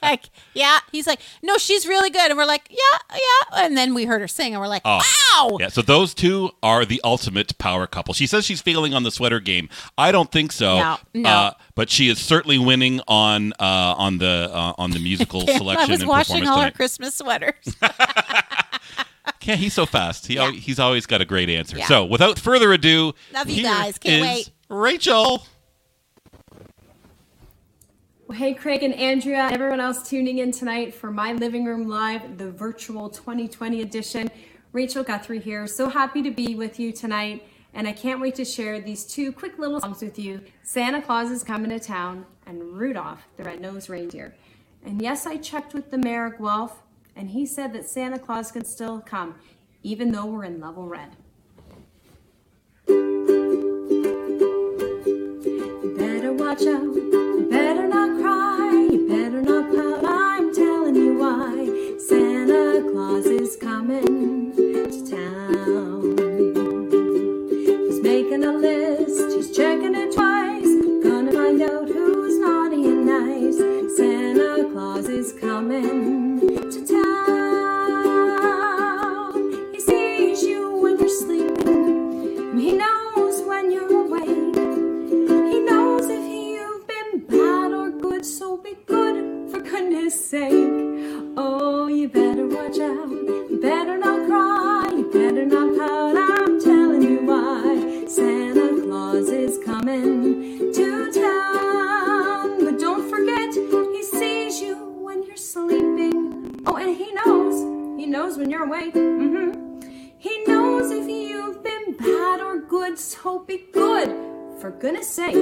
[SPEAKER 1] like yeah he's like no she's really good and we're like yeah yeah and then we heard her sing and we're like
[SPEAKER 2] Oh.
[SPEAKER 1] wow
[SPEAKER 2] Yeah, so those two are the ultimate power couple. She says she's failing on the sweater game. I don't think so.
[SPEAKER 1] No, no.
[SPEAKER 2] Uh, but she is certainly winning on uh, on the uh, on the
[SPEAKER 1] <laughs>
[SPEAKER 2] musical
[SPEAKER 1] Cam,
[SPEAKER 2] selection
[SPEAKER 1] i was
[SPEAKER 2] and
[SPEAKER 1] washing
[SPEAKER 2] performance
[SPEAKER 1] all our
[SPEAKER 2] tonight.
[SPEAKER 1] christmas sweaters
[SPEAKER 2] Yeah, he's so fast. He al- he's always got a great answer.
[SPEAKER 1] Yeah.
[SPEAKER 2] So, without further ado,
[SPEAKER 1] love you
[SPEAKER 2] here
[SPEAKER 1] guys can't
[SPEAKER 2] is-
[SPEAKER 1] wait
[SPEAKER 2] Rachel.
[SPEAKER 17] Well, hey, Craig and Andrea, and everyone else tuning in tonight for My Living Room Live, the virtual 2020 edition. Rachel Guthrie here. So happy to be with you tonight, and I can't wait to share these two quick little songs with you Santa Claus is Coming to Town and Rudolph the Red-Nosed Reindeer. And yes, I checked with the mayor of Guelph, and he said that Santa Claus can still come, even though we're in level red. You better watch out. You better not cry. You better not pout. I'm telling you why. Santa Claus is coming to town. He's making a list. He's checking it twice. Gonna find out who's naughty and nice. Santa Claus is coming to town. He sees you when you're sleeping. He knows when you're awake. He knows if you've been bad or good, so be good for goodness sake. Oh, you better watch out. You better not cry. You better not pout. I'm telling you why. Santa Claus is coming to town. But don't forget, he sees you when you're sleeping. Oh, and he knows. He knows when you're awake. hmm he knows if you've been bad or good, so be good, for goodness sake.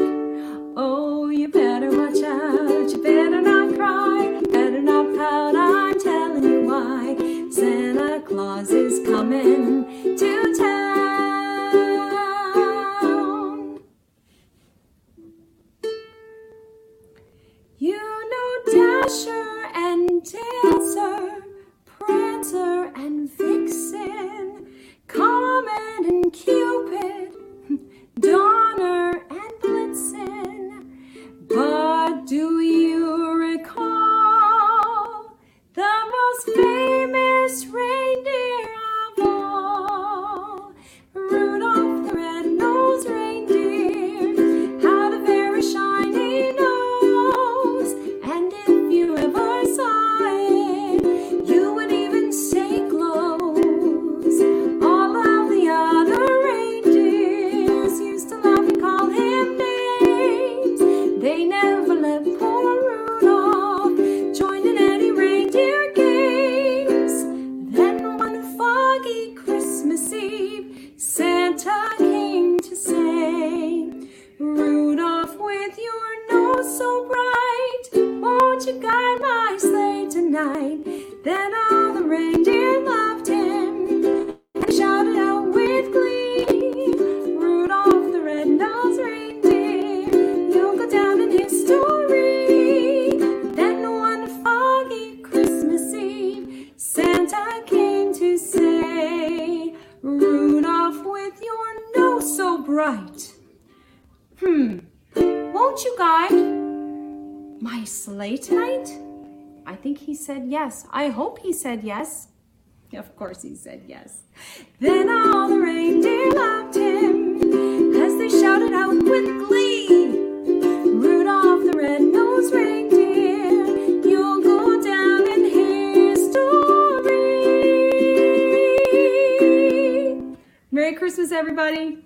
[SPEAKER 17] Oh, you better watch out, you better not cry, you better not pout, I'm telling you why. Santa Claus is coming to town. You know Dasher and Dancer, Prancer and Vixen, Comet and Cupid, <laughs> Donner and Blitzen. But do you recall the most famous reindeer of all? Rudolph the Red-Nosed Reindeer had a very shiny nose, and if you ever saw it, you would even say glows. All of the other reindeers used to laugh and call him names. They never let poor Rudolph join in any reindeer games. Then one foggy Christmas Eve, Santa came to say, won't you guide my sleigh tonight? Then all the reindeer loved him and shouted out with glee. Rudolph the red-nosed reindeer, you'll go down in history. Then one foggy Christmas Eve, Santa came to say, Rudolph, with your nose so bright. Hmm, won't you guide my sleigh tonight? I think he said yes. I hope he said yes. Of course he said yes. Then all the reindeer loved him as they shouted out with glee. Rudolph the red-nosed reindeer, you'll go down in history. Merry Christmas, everybody.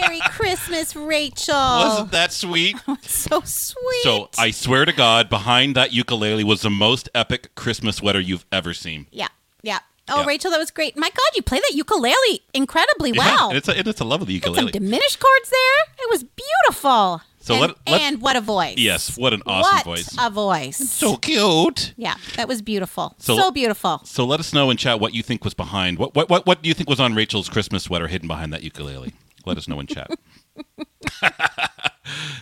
[SPEAKER 1] Merry Christmas, Rachel.
[SPEAKER 2] <laughs> Wasn't that
[SPEAKER 1] <laughs>
[SPEAKER 2] sweet?
[SPEAKER 1] so sweet.
[SPEAKER 2] So I swear to God, behind that ukulele was the most epic Christmas sweater you've ever seen.
[SPEAKER 1] yeah, yeah. Oh,
[SPEAKER 2] Yeah.
[SPEAKER 1] Rachel, that was great. My God, you play that ukulele incredibly
[SPEAKER 2] Yeah,
[SPEAKER 1] well.
[SPEAKER 2] and it's a, and it's a love of the
[SPEAKER 1] Some
[SPEAKER 2] ukulele.
[SPEAKER 1] diminished chords there. It was beautiful.
[SPEAKER 2] So
[SPEAKER 1] and,
[SPEAKER 2] let- let-
[SPEAKER 1] and what a voice.
[SPEAKER 2] yes, what an awesome
[SPEAKER 1] what
[SPEAKER 2] voice.
[SPEAKER 1] a voice.
[SPEAKER 2] so cute.
[SPEAKER 1] Yeah, that was beautiful.
[SPEAKER 2] So-
[SPEAKER 1] So, beautiful.
[SPEAKER 2] So let us know in chat what you think was behind. What what what, what do you think was on Rachel's Christmas sweater hidden behind that ukulele? Let us know in
[SPEAKER 1] <laughs>
[SPEAKER 2] chat.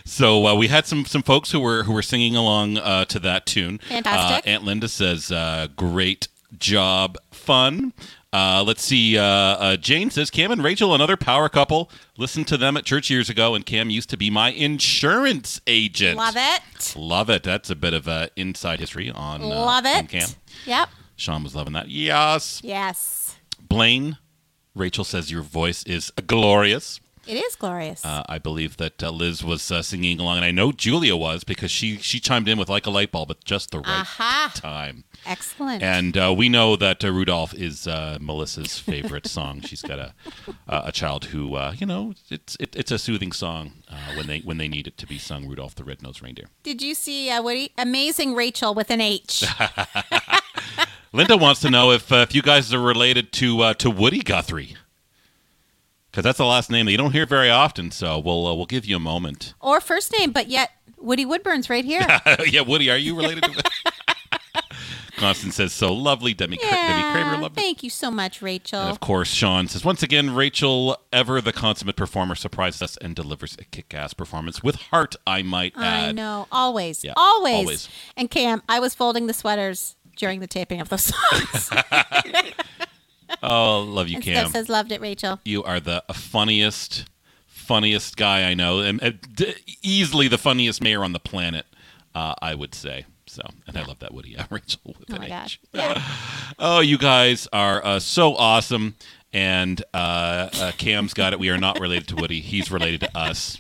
[SPEAKER 2] so uh, we had some some folks who were who were singing along uh, to that tune.
[SPEAKER 1] Fantastic.
[SPEAKER 2] Uh, Aunt Linda says, uh, "Great job, fun." Uh, let's see. Uh, uh, Jane says, "Cam and Rachel, another power couple. Listened to them at church years ago, and Cam used to be my insurance agent.
[SPEAKER 1] Love it.
[SPEAKER 2] Love it. That's a bit of uh, inside history on uh,
[SPEAKER 1] Love
[SPEAKER 2] on
[SPEAKER 1] it.
[SPEAKER 2] Cam.
[SPEAKER 1] Yep.
[SPEAKER 2] Sean was loving that. Yes.
[SPEAKER 1] Yes.
[SPEAKER 2] Blaine, Rachel says your voice is glorious.
[SPEAKER 1] It is glorious.
[SPEAKER 2] Uh, I believe that uh, Liz was uh, singing along, and I know Julia was because she she chimed in with like a light bulb at just the right
[SPEAKER 1] Ah. Aha.
[SPEAKER 2] time.
[SPEAKER 1] Excellent.
[SPEAKER 2] And uh, we know that uh, Rudolph is uh, Melissa's favorite <laughs> song. She's got a uh, a child who uh, you know it's it, it's a soothing song uh, when they when they need it to be sung. Rudolph the Red-Nosed Reindeer.
[SPEAKER 1] Did you see uh, Woody? Amazing Rachel with an H.
[SPEAKER 2] Linda wants to know if uh, if you guys are related to uh, to Woody Guthrie, because that's the last name that you don't hear very often. So we'll uh, we'll give you a moment. <laughs>
[SPEAKER 1] or first name, but yet Woody Woodburn's right here.
[SPEAKER 2] yeah, Woody, <laughs> are you related? to Constance says so lovely. Demi, Cra- Demi Kramer,
[SPEAKER 1] yeah.
[SPEAKER 2] lovely.
[SPEAKER 1] Thank you so much, Rachel.
[SPEAKER 2] And of course, Sean says once again, Rachel, ever the consummate performer, surprises us and delivers a kick-ass performance with heart. I might add.
[SPEAKER 1] I know. Always.
[SPEAKER 2] Yeah,
[SPEAKER 1] always.
[SPEAKER 2] always.
[SPEAKER 1] And Cam, I was folding the sweaters during the taping
[SPEAKER 2] <laughs>
[SPEAKER 1] of those songs.
[SPEAKER 2] oh, love you,
[SPEAKER 1] and
[SPEAKER 2] Cam.
[SPEAKER 1] Steph says, loved it, Rachel.
[SPEAKER 2] You are the funniest, funniest guy I know, and uh, d- easily the funniest mayor on the planet, uh, I would say. So, and I love that Woody uh, Rachel with
[SPEAKER 1] Oh
[SPEAKER 2] an
[SPEAKER 1] my
[SPEAKER 2] H.
[SPEAKER 1] gosh.
[SPEAKER 2] <laughs> Oh, you guys are uh, so awesome, and uh, uh, Cam's got it. We are not related to Woody; he's related to us.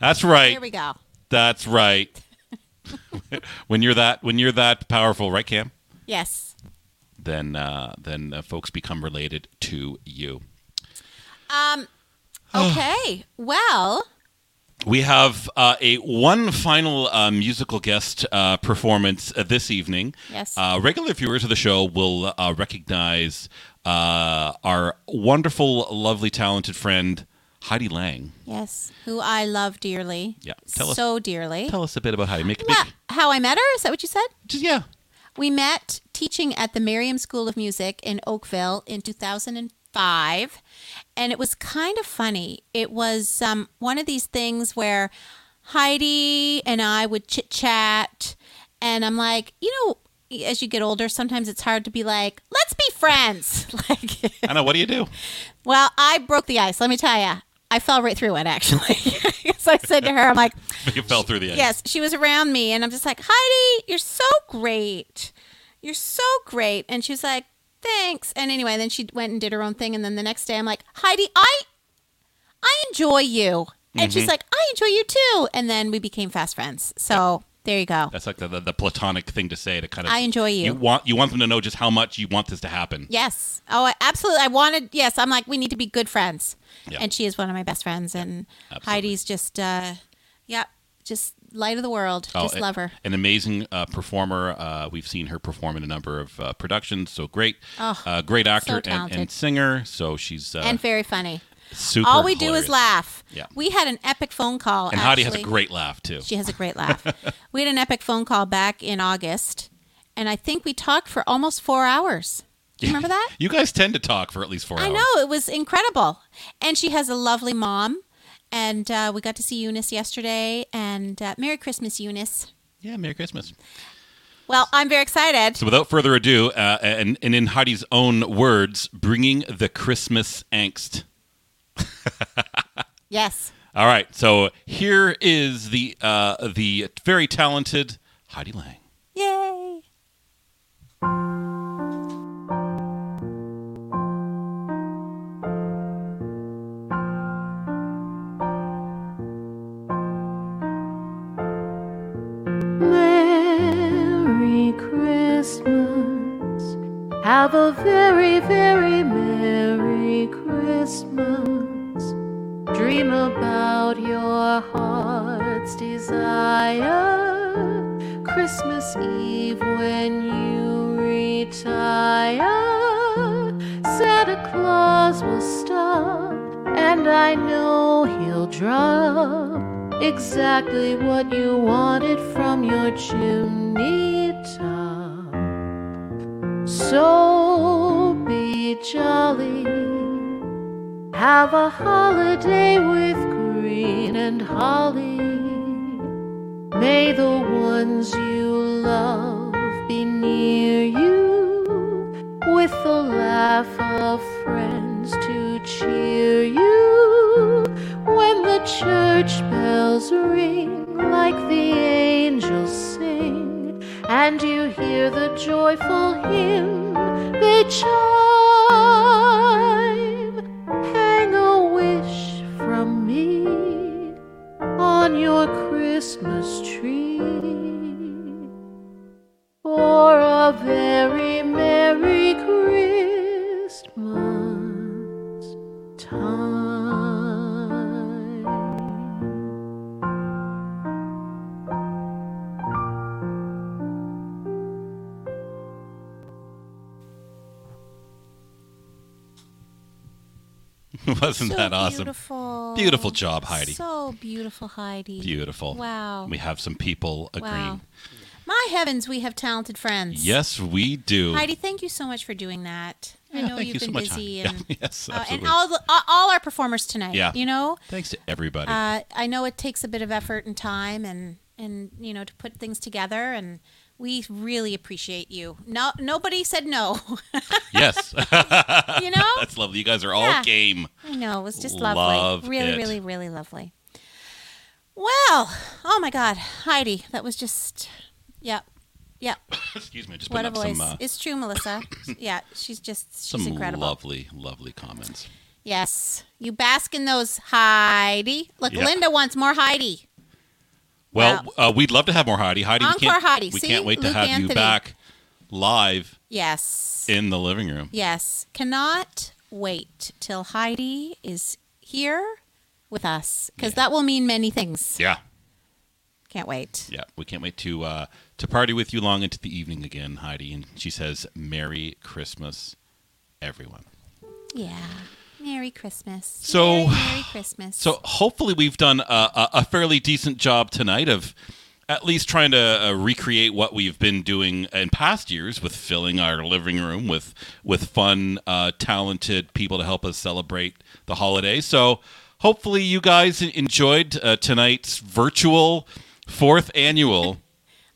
[SPEAKER 2] That's right.
[SPEAKER 1] Here we go.
[SPEAKER 2] That's right. when you're that when you're that powerful, right, Cam?
[SPEAKER 1] Yes.
[SPEAKER 2] Then uh, then uh, folks become related to you. <sighs>
[SPEAKER 1] Um, okay. well,
[SPEAKER 2] We have uh, a one final uh, musical guest uh, performance uh, this evening.
[SPEAKER 1] Yes.
[SPEAKER 2] Uh, regular viewers of the show will uh, recognize uh, our wonderful, lovely, talented friend Heidi Lang.
[SPEAKER 1] yes, who I love dearly.
[SPEAKER 2] Yeah, tell us-
[SPEAKER 1] so dearly.
[SPEAKER 2] Tell us a bit about Heidi. Make,
[SPEAKER 1] Well,
[SPEAKER 2] make-
[SPEAKER 1] how I met her? Is that what you said?
[SPEAKER 2] yeah.
[SPEAKER 1] We met teaching at the Merriam School of Music in Oakville in 2005. And it was kind of funny. It was um, one of these things where Heidi and I would chit chat. And I'm like, you know, as you get older, sometimes it's hard to be like, let's be friends. <laughs> like,
[SPEAKER 2] I know. What do you do? <laughs>
[SPEAKER 1] well, I broke the ice. Let me tell you, I fell right through it actually. <laughs> so I said to her, I'm like,
[SPEAKER 2] you fell through the ice.
[SPEAKER 1] Yes, she was around me, and I'm just like, Heidi, you're so great. You're so great. And she was like, thanks. And anyway, then she went and did her own thing. And then the next day, I'm like, Heidi, I, I enjoy you. And
[SPEAKER 2] Mhm.
[SPEAKER 1] she's like, I enjoy you too. And then we became fast friends. So there you go.
[SPEAKER 2] That's like the, the, the platonic thing to say to kind of.
[SPEAKER 1] I enjoy you.
[SPEAKER 2] You want you want them to know just how much you want this to happen.
[SPEAKER 1] Yes. Oh, I- absolutely. I wanted, yes, I'm like, we need to be good friends.
[SPEAKER 2] Yeah.
[SPEAKER 1] And she is one of my best friends. And
[SPEAKER 2] absolutely.
[SPEAKER 1] Heidi's just, uh, yeah, just light of the world.
[SPEAKER 2] Oh,
[SPEAKER 1] just
[SPEAKER 2] a-
[SPEAKER 1] love her.
[SPEAKER 2] An amazing uh, performer. Uh, we've seen her perform in a number of uh, productions. So great,
[SPEAKER 1] Oh,
[SPEAKER 2] uh, great actor and,
[SPEAKER 1] talented.
[SPEAKER 2] and singer. So she's uh,
[SPEAKER 1] and very funny.
[SPEAKER 2] Super
[SPEAKER 1] All we do
[SPEAKER 2] hilarious.
[SPEAKER 1] is laugh.
[SPEAKER 2] Yeah.
[SPEAKER 1] We had an epic phone call.
[SPEAKER 2] And Hottie
[SPEAKER 1] actually.
[SPEAKER 2] has a great laugh, too.
[SPEAKER 1] She has a great laugh. we had an epic phone call back in August, and I think we talked for almost four hours. Do you remember that?
[SPEAKER 2] <laughs> You guys tend to talk for at least four
[SPEAKER 1] I
[SPEAKER 2] hours.
[SPEAKER 1] know it was incredible, and she has a lovely mom. And uh, we got to see Eunice yesterday, and uh, Merry Christmas, Eunice.
[SPEAKER 2] Yeah, Merry Christmas.
[SPEAKER 1] Well, I'm very excited.
[SPEAKER 2] So, without further ado, uh, and, and in Hottie's own words, bringing the Christmas angst. <laughs>
[SPEAKER 1] Yes.
[SPEAKER 2] All right, so here is the uh, the very talented Heidi Lang.
[SPEAKER 1] Yay.
[SPEAKER 18] Merry Christmas. Have a very, very Merry Christmas. Dream about your heart's desire. Christmas Eve when you retire. Santa Claus will stop, and I know he'll drop exactly what you wanted from your chimney top. So be jolly, have a holiday with green and holly. May the ones you love be near you with the laugh of friends to cheer you when the church bells ring like the angels sing and you hear the joyful hymn they chime hang a wish from me on your Christmas tree for a very merry Christmas time.
[SPEAKER 2] Wasn't <laughs>
[SPEAKER 1] So
[SPEAKER 2] that awesome?
[SPEAKER 1] Beautiful.
[SPEAKER 2] Beautiful job, Heidi.
[SPEAKER 1] So beautiful, Heidi.
[SPEAKER 2] Beautiful.
[SPEAKER 1] Wow.
[SPEAKER 2] We have some people agreeing.
[SPEAKER 1] Wow. My heavens, we have talented friends.
[SPEAKER 2] Yes, we do.
[SPEAKER 1] Heidi, thank you so much for doing that. I
[SPEAKER 2] Yeah, <laughs>
[SPEAKER 1] know
[SPEAKER 2] thank
[SPEAKER 1] you've
[SPEAKER 2] you so
[SPEAKER 1] been
[SPEAKER 2] much,
[SPEAKER 1] busy
[SPEAKER 2] Heidi.
[SPEAKER 1] and
[SPEAKER 2] Yeah, <laughs> yes,
[SPEAKER 1] uh, and
[SPEAKER 2] absolutely.
[SPEAKER 1] all, the- all all our performers tonight.
[SPEAKER 2] Yeah.
[SPEAKER 1] You know.
[SPEAKER 2] Thanks to everybody.
[SPEAKER 1] Uh, I know it takes a bit of effort and time and and you know to put things together and we really appreciate you. No nobody said no.
[SPEAKER 2] <laughs>
[SPEAKER 1] <laughs>
[SPEAKER 2] yes.
[SPEAKER 1] You know?
[SPEAKER 2] <laughs> That's lovely. You guys are all
[SPEAKER 1] Yeah.
[SPEAKER 2] game.
[SPEAKER 1] I know, it was just lovely.
[SPEAKER 2] Love
[SPEAKER 1] really,
[SPEAKER 2] it.
[SPEAKER 1] really, really lovely. Well, oh my god, Heidi, that was just yep. Yep.
[SPEAKER 2] <coughs> Excuse me, I just
[SPEAKER 1] what
[SPEAKER 2] putting
[SPEAKER 1] a
[SPEAKER 2] up some,
[SPEAKER 1] voice.
[SPEAKER 2] uh,
[SPEAKER 1] it's
[SPEAKER 2] <coughs>
[SPEAKER 1] true, Melissa. yeah, she's just she's
[SPEAKER 2] Some
[SPEAKER 1] incredible.
[SPEAKER 2] lovely, lovely comments.
[SPEAKER 1] Yes. You bask in those Heidi. Look,
[SPEAKER 2] Yeah.
[SPEAKER 1] Linda wants more Heidi.
[SPEAKER 2] Well, uh, we'd love to have more Heidi. Heidi,
[SPEAKER 1] Encore
[SPEAKER 2] we can't,
[SPEAKER 1] Heidi.
[SPEAKER 2] We
[SPEAKER 1] See?
[SPEAKER 2] can't wait to
[SPEAKER 1] Luke
[SPEAKER 2] have you
[SPEAKER 1] Anthony.
[SPEAKER 2] back live
[SPEAKER 1] Yes.
[SPEAKER 2] in the living room.
[SPEAKER 1] Yes. Cannot wait till Heidi is here with us because that will mean many things.
[SPEAKER 2] Yeah.
[SPEAKER 1] Can't wait.
[SPEAKER 2] Yeah, we can't wait to uh, to party with you long into the evening again, Heidi. And she says, "Merry Christmas, everyone."
[SPEAKER 1] Yeah. Merry Christmas.
[SPEAKER 2] So-
[SPEAKER 1] Merry, Merry Christmas.
[SPEAKER 2] So hopefully we've done a, a, a fairly decent job tonight of at least trying to uh, recreate what we've been doing in past years with filling our living room with with fun, uh, talented people to help us celebrate the holiday. So hopefully you guys enjoyed uh, tonight's virtual fourth annual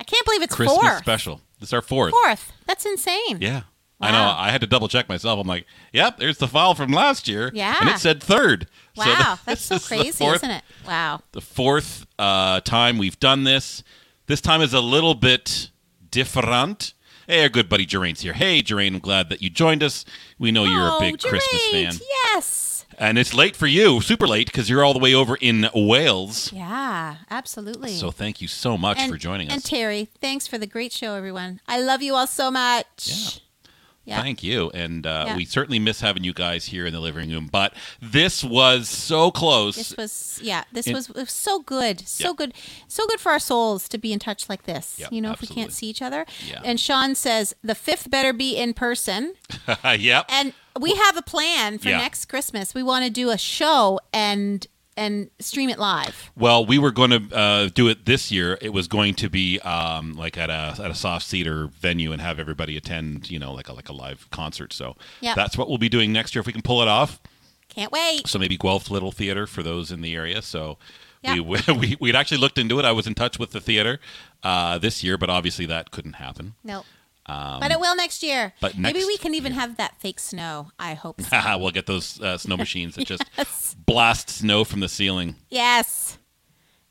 [SPEAKER 1] I can't believe it's
[SPEAKER 2] Christmas
[SPEAKER 1] fourth.
[SPEAKER 2] special. It's our fourth.
[SPEAKER 1] Fourth. That's insane.
[SPEAKER 2] Yeah. I know. I had to double check myself. I'm like, yep, there's the file from last year.
[SPEAKER 1] Yeah.
[SPEAKER 2] And it said third.
[SPEAKER 1] Wow.
[SPEAKER 2] So <laughs> that-
[SPEAKER 1] That's so
[SPEAKER 2] this is the
[SPEAKER 1] crazy,
[SPEAKER 2] fourth-
[SPEAKER 1] isn't it? Wow.
[SPEAKER 2] The fourth uh, time we've done this. This time is a little bit different. Hey, our good buddy Geraint's here. Hey, Geraint, I'm glad that you joined us. We know you're a
[SPEAKER 1] Oh,
[SPEAKER 2] big Christmas fan.
[SPEAKER 1] Geraint, Yes.
[SPEAKER 2] And it's late for you, super late, because you're all the way over in Wales.
[SPEAKER 1] Yeah, absolutely.
[SPEAKER 2] So thank you so much
[SPEAKER 1] and,
[SPEAKER 2] for joining us.
[SPEAKER 1] And Terry, thanks for the great show, everyone. I love you all so much. Yeah.
[SPEAKER 2] Thank you. And uh,
[SPEAKER 1] Yeah.
[SPEAKER 2] we certainly miss having you guys here in the living room, but this was so close.
[SPEAKER 1] This was yeah. This
[SPEAKER 2] In-
[SPEAKER 1] was, was so good, so
[SPEAKER 2] Yeah.
[SPEAKER 1] good, so good for our souls to be in touch like this.
[SPEAKER 2] Yep,
[SPEAKER 1] you know, if we
[SPEAKER 2] absolutely.
[SPEAKER 1] can't see each other.
[SPEAKER 2] Yeah.
[SPEAKER 1] And Sean says the fifth better be in person.
[SPEAKER 2] <laughs> yep.
[SPEAKER 1] And we have a plan for
[SPEAKER 2] Yeah.
[SPEAKER 1] next Christmas. We want to do a show and and stream it live.
[SPEAKER 2] Well, we were going to uh, do it this year. It was going to be um, like at a at a soft theater venue and have everybody attend, you know, like a like a live concert. So
[SPEAKER 1] Yeah.
[SPEAKER 2] that's what we'll be doing next year if we can pull it off.
[SPEAKER 1] Can't wait.
[SPEAKER 2] So maybe Guelph Little Theater for those in the area. So
[SPEAKER 1] Yeah.
[SPEAKER 2] we, <laughs> we we'd actually looked into it. I was in touch with the theater uh, this year, but obviously that couldn't happen.
[SPEAKER 1] No.
[SPEAKER 2] Um,
[SPEAKER 1] but it will next year.
[SPEAKER 2] but
[SPEAKER 1] Maybe
[SPEAKER 2] next
[SPEAKER 1] we can even have that fake snow. I hope. so.
[SPEAKER 2] we'll get those uh, <laughs>
[SPEAKER 1] <laughs>
[SPEAKER 2] snow machines that just
[SPEAKER 1] Yes.
[SPEAKER 2] blast snow from the ceiling.
[SPEAKER 1] Yes.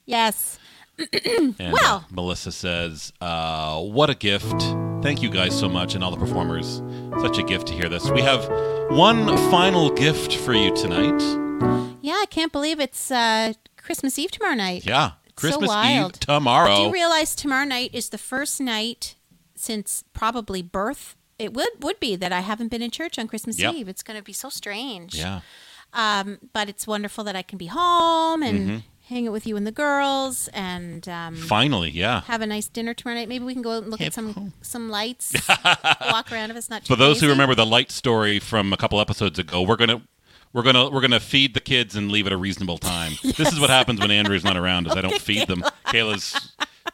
[SPEAKER 1] Yes. <clears throat>
[SPEAKER 2] And,
[SPEAKER 1] well,
[SPEAKER 2] uh, Melissa says, uh, "What a gift! Thank you guys so much, and all the performers. Such a gift to hear this. We have one final gift for you tonight.
[SPEAKER 1] yeah, I can't believe it's uh, Christmas Eve tomorrow night.
[SPEAKER 2] Yeah,
[SPEAKER 1] So
[SPEAKER 2] Christmas Eve
[SPEAKER 1] wild.
[SPEAKER 2] tomorrow.
[SPEAKER 1] Do you realize tomorrow night is the first night since probably birth? It would would be that I haven't been in church on Christmas
[SPEAKER 2] Yep.
[SPEAKER 1] Eve. It's going to be so strange.
[SPEAKER 2] yeah,
[SPEAKER 1] Um, but it's wonderful that I can be home and
[SPEAKER 2] Mhm.
[SPEAKER 1] hang out with you and the girls and um,
[SPEAKER 2] finally, yeah."
[SPEAKER 1] have a nice dinner tomorrow night. Maybe we can go out and look at some some
[SPEAKER 2] <laughs>
[SPEAKER 1] lights, walk around if it's not. Too
[SPEAKER 2] For those who
[SPEAKER 1] crazy.
[SPEAKER 2] remember the light story from a couple episodes ago, we're gonna. We're gonna we're gonna feed the kids and leave at a reasonable
[SPEAKER 1] <laughs>
[SPEAKER 2] time. This is what happens when Andrew's not around. Is I don't feed them. Kayla's,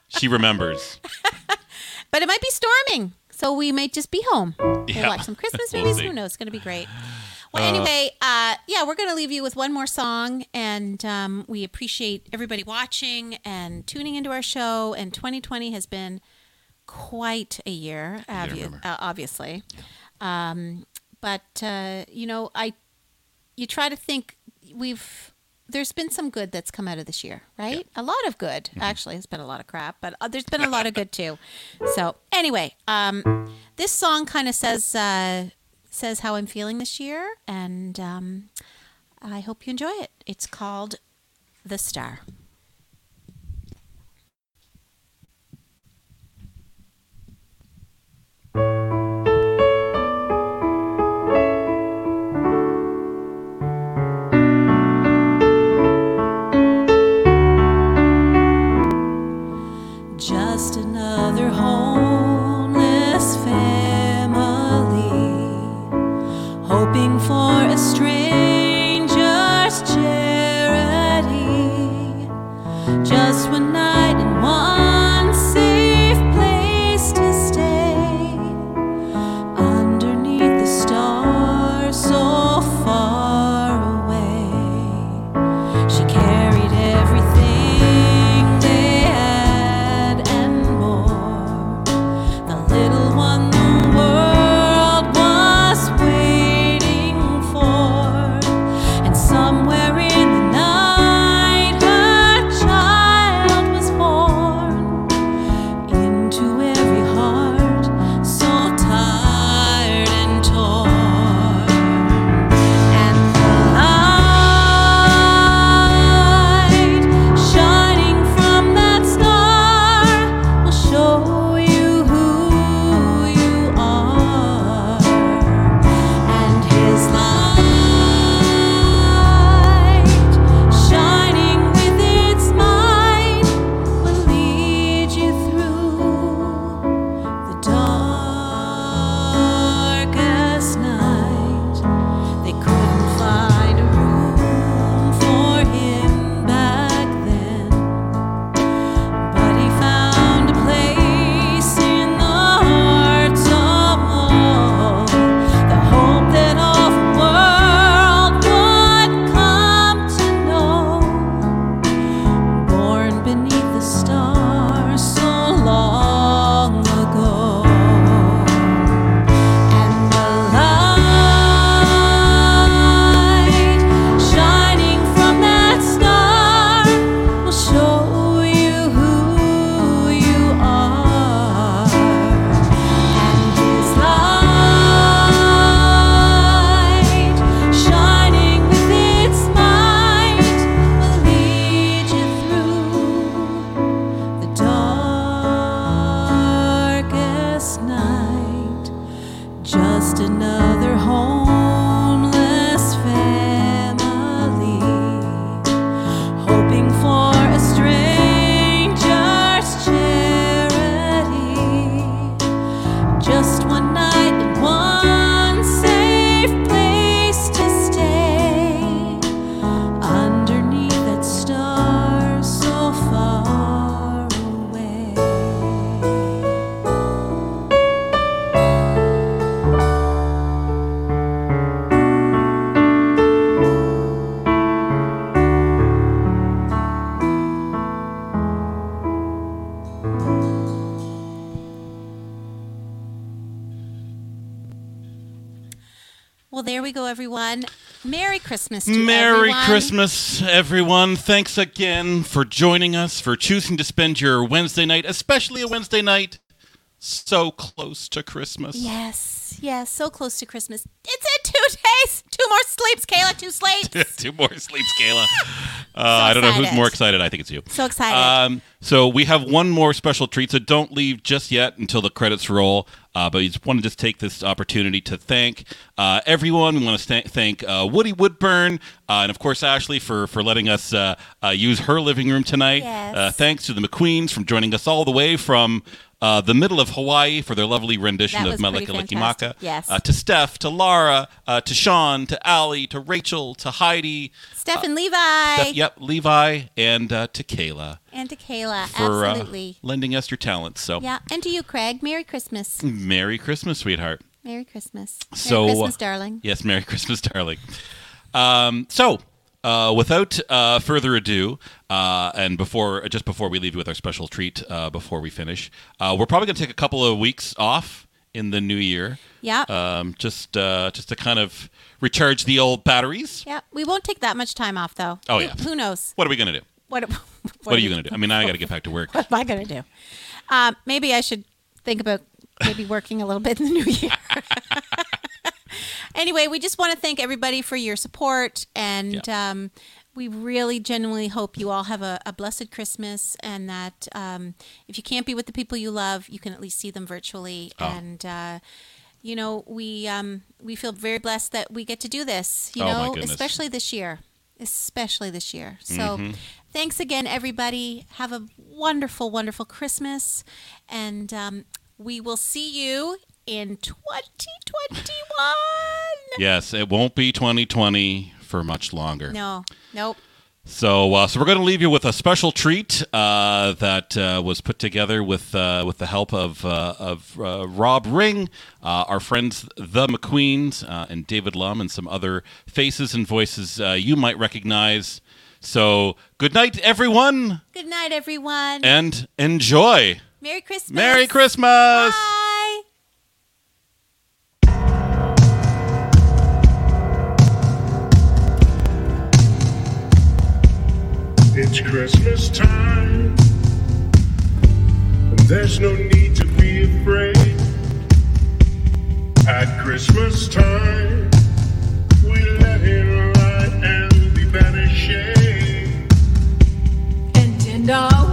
[SPEAKER 2] she remembers.
[SPEAKER 1] but it might be storming, so we may just be home.
[SPEAKER 2] Yeah.
[SPEAKER 1] We'll watch some Christmas
[SPEAKER 2] <laughs> We'll
[SPEAKER 1] movies.
[SPEAKER 2] see.
[SPEAKER 1] Who knows? It's going to
[SPEAKER 2] <sighs>
[SPEAKER 1] be great. Well,
[SPEAKER 2] Uh,
[SPEAKER 1] anyway, uh, yeah, we're going to leave you with one more song, and um, we appreciate everybody watching and tuning into our show. And 2020 has been quite a year,
[SPEAKER 2] I
[SPEAKER 1] obvi-
[SPEAKER 2] remember.
[SPEAKER 1] uh, obviously. Um, but uh, you know, I you try to think we've there's been some good that's come out of this year, right? A lot of good,
[SPEAKER 2] Mm-hmm.
[SPEAKER 1] actually. It's been a lot of crap, but uh, there's been a lot of good too. So anyway, um, this song kind of says uh, says how I'm feeling this year, and um, I hope you enjoy it. It's called "The Star."
[SPEAKER 13] just another homeless family hoping for a stranger's charity just one night and one safe place to stay underneath the stars so far away she carried everything they had and more. The little one the world was waiting for. And somewhere in the night, her child was
[SPEAKER 1] Well, there we go, everyone. Merry Christmas to
[SPEAKER 2] Merry
[SPEAKER 1] everyone.
[SPEAKER 2] Christmas, everyone. Thanks again for joining us, for choosing to spend your Wednesday night, especially a Wednesday night so close to Christmas.
[SPEAKER 1] Yes, yes, so close to Christmas. It's in two days. Two more sleeps, Kayla. Two
[SPEAKER 2] <laughs>
[SPEAKER 1] sleeps.
[SPEAKER 2] Two more sleeps, Kayla. Uh, I don't know who's
[SPEAKER 1] excited.
[SPEAKER 2] more excited. I think it's you.
[SPEAKER 1] So excited.
[SPEAKER 2] Um, so we have one more special treat. So don't leave just yet until the credits roll. Uh, but we just want to just take this opportunity to thank uh, everyone. We want to sta- thank uh, Woody Woodburn uh, and of course Ashley for for letting us uh, uh, use her living room tonight.
[SPEAKER 19] Yes.
[SPEAKER 2] Uh, thanks to the McQueens from joining us all the way from. Uh, the middle of Hawaii for their lovely rendition
[SPEAKER 19] That
[SPEAKER 2] of
[SPEAKER 19] was pretty
[SPEAKER 2] Malika Liki
[SPEAKER 19] fantastic.
[SPEAKER 2] Maka.
[SPEAKER 19] Yes.
[SPEAKER 2] Uh, to Steph, to Laura, uh, to Sean, to Allie, to Rachel, to Heidi,
[SPEAKER 1] Steph and Levi.
[SPEAKER 2] Steph, yep, Levi, and uh, to Kayla
[SPEAKER 1] And to Kayla.
[SPEAKER 2] for uh,
[SPEAKER 1] Absolutely.
[SPEAKER 2] lending us your talents. So,
[SPEAKER 1] yeah. And to you, Craig. Merry Christmas.
[SPEAKER 2] Merry Christmas, sweetheart.
[SPEAKER 1] Merry Christmas. Merry
[SPEAKER 2] So, uh,
[SPEAKER 1] Christmas, darling.
[SPEAKER 2] Yes, Merry <laughs> Christmas, darling. Um, so, uh, without uh, further ado, uh, and before just before we leave you with our special treat, uh, before we finish, uh, we're probably going to take a couple of weeks off in the new year.
[SPEAKER 1] Yeah.
[SPEAKER 2] Um, just uh, just to kind of recharge the old batteries.
[SPEAKER 1] Yeah. We won't take that much time off, though.
[SPEAKER 2] Oh
[SPEAKER 1] Who-
[SPEAKER 2] yeah.
[SPEAKER 1] Who knows?
[SPEAKER 2] What are we going to do?
[SPEAKER 1] What, <laughs> what,
[SPEAKER 2] What, are you going to do? I mean, I got to get back to work.
[SPEAKER 1] <laughs> What am I going to do? Um, maybe I should think about maybe working a little bit in the new year. <laughs> anyway, we just want to thank everybody for your support. And um, we really genuinely hope you all have a, a blessed Christmas and that um, if you can't be with the people you love, you can at least see them virtually.
[SPEAKER 2] Oh.
[SPEAKER 1] And, uh, you know, we um, we feel very blessed that we get to do this, you
[SPEAKER 2] Oh, my
[SPEAKER 1] know,
[SPEAKER 2] goodness.
[SPEAKER 1] especially this year. Especially this year. So.
[SPEAKER 2] Mhm.
[SPEAKER 1] Thanks again, everybody. Have a wonderful, wonderful Christmas. And um, we will see you in 2021.
[SPEAKER 2] Yes, it won't be 2020 for much longer.
[SPEAKER 1] No, nope.
[SPEAKER 2] So, uh, so we're going to leave you with a special treat uh, that uh, was put together with uh, with the help of uh, of uh, Rob Ring, uh, our friends the McQueens, uh, and David Lum, and some other faces and voices uh, you might recognize. So, good night, everyone,
[SPEAKER 1] Good night, everyone.
[SPEAKER 2] and enjoy.
[SPEAKER 1] Merry Christmas.
[SPEAKER 2] Merry Christmas.
[SPEAKER 1] Bye.
[SPEAKER 20] It's Christmas time. There's no need to be afraid. At Christmas time, we let in light and be banished.
[SPEAKER 17] And in our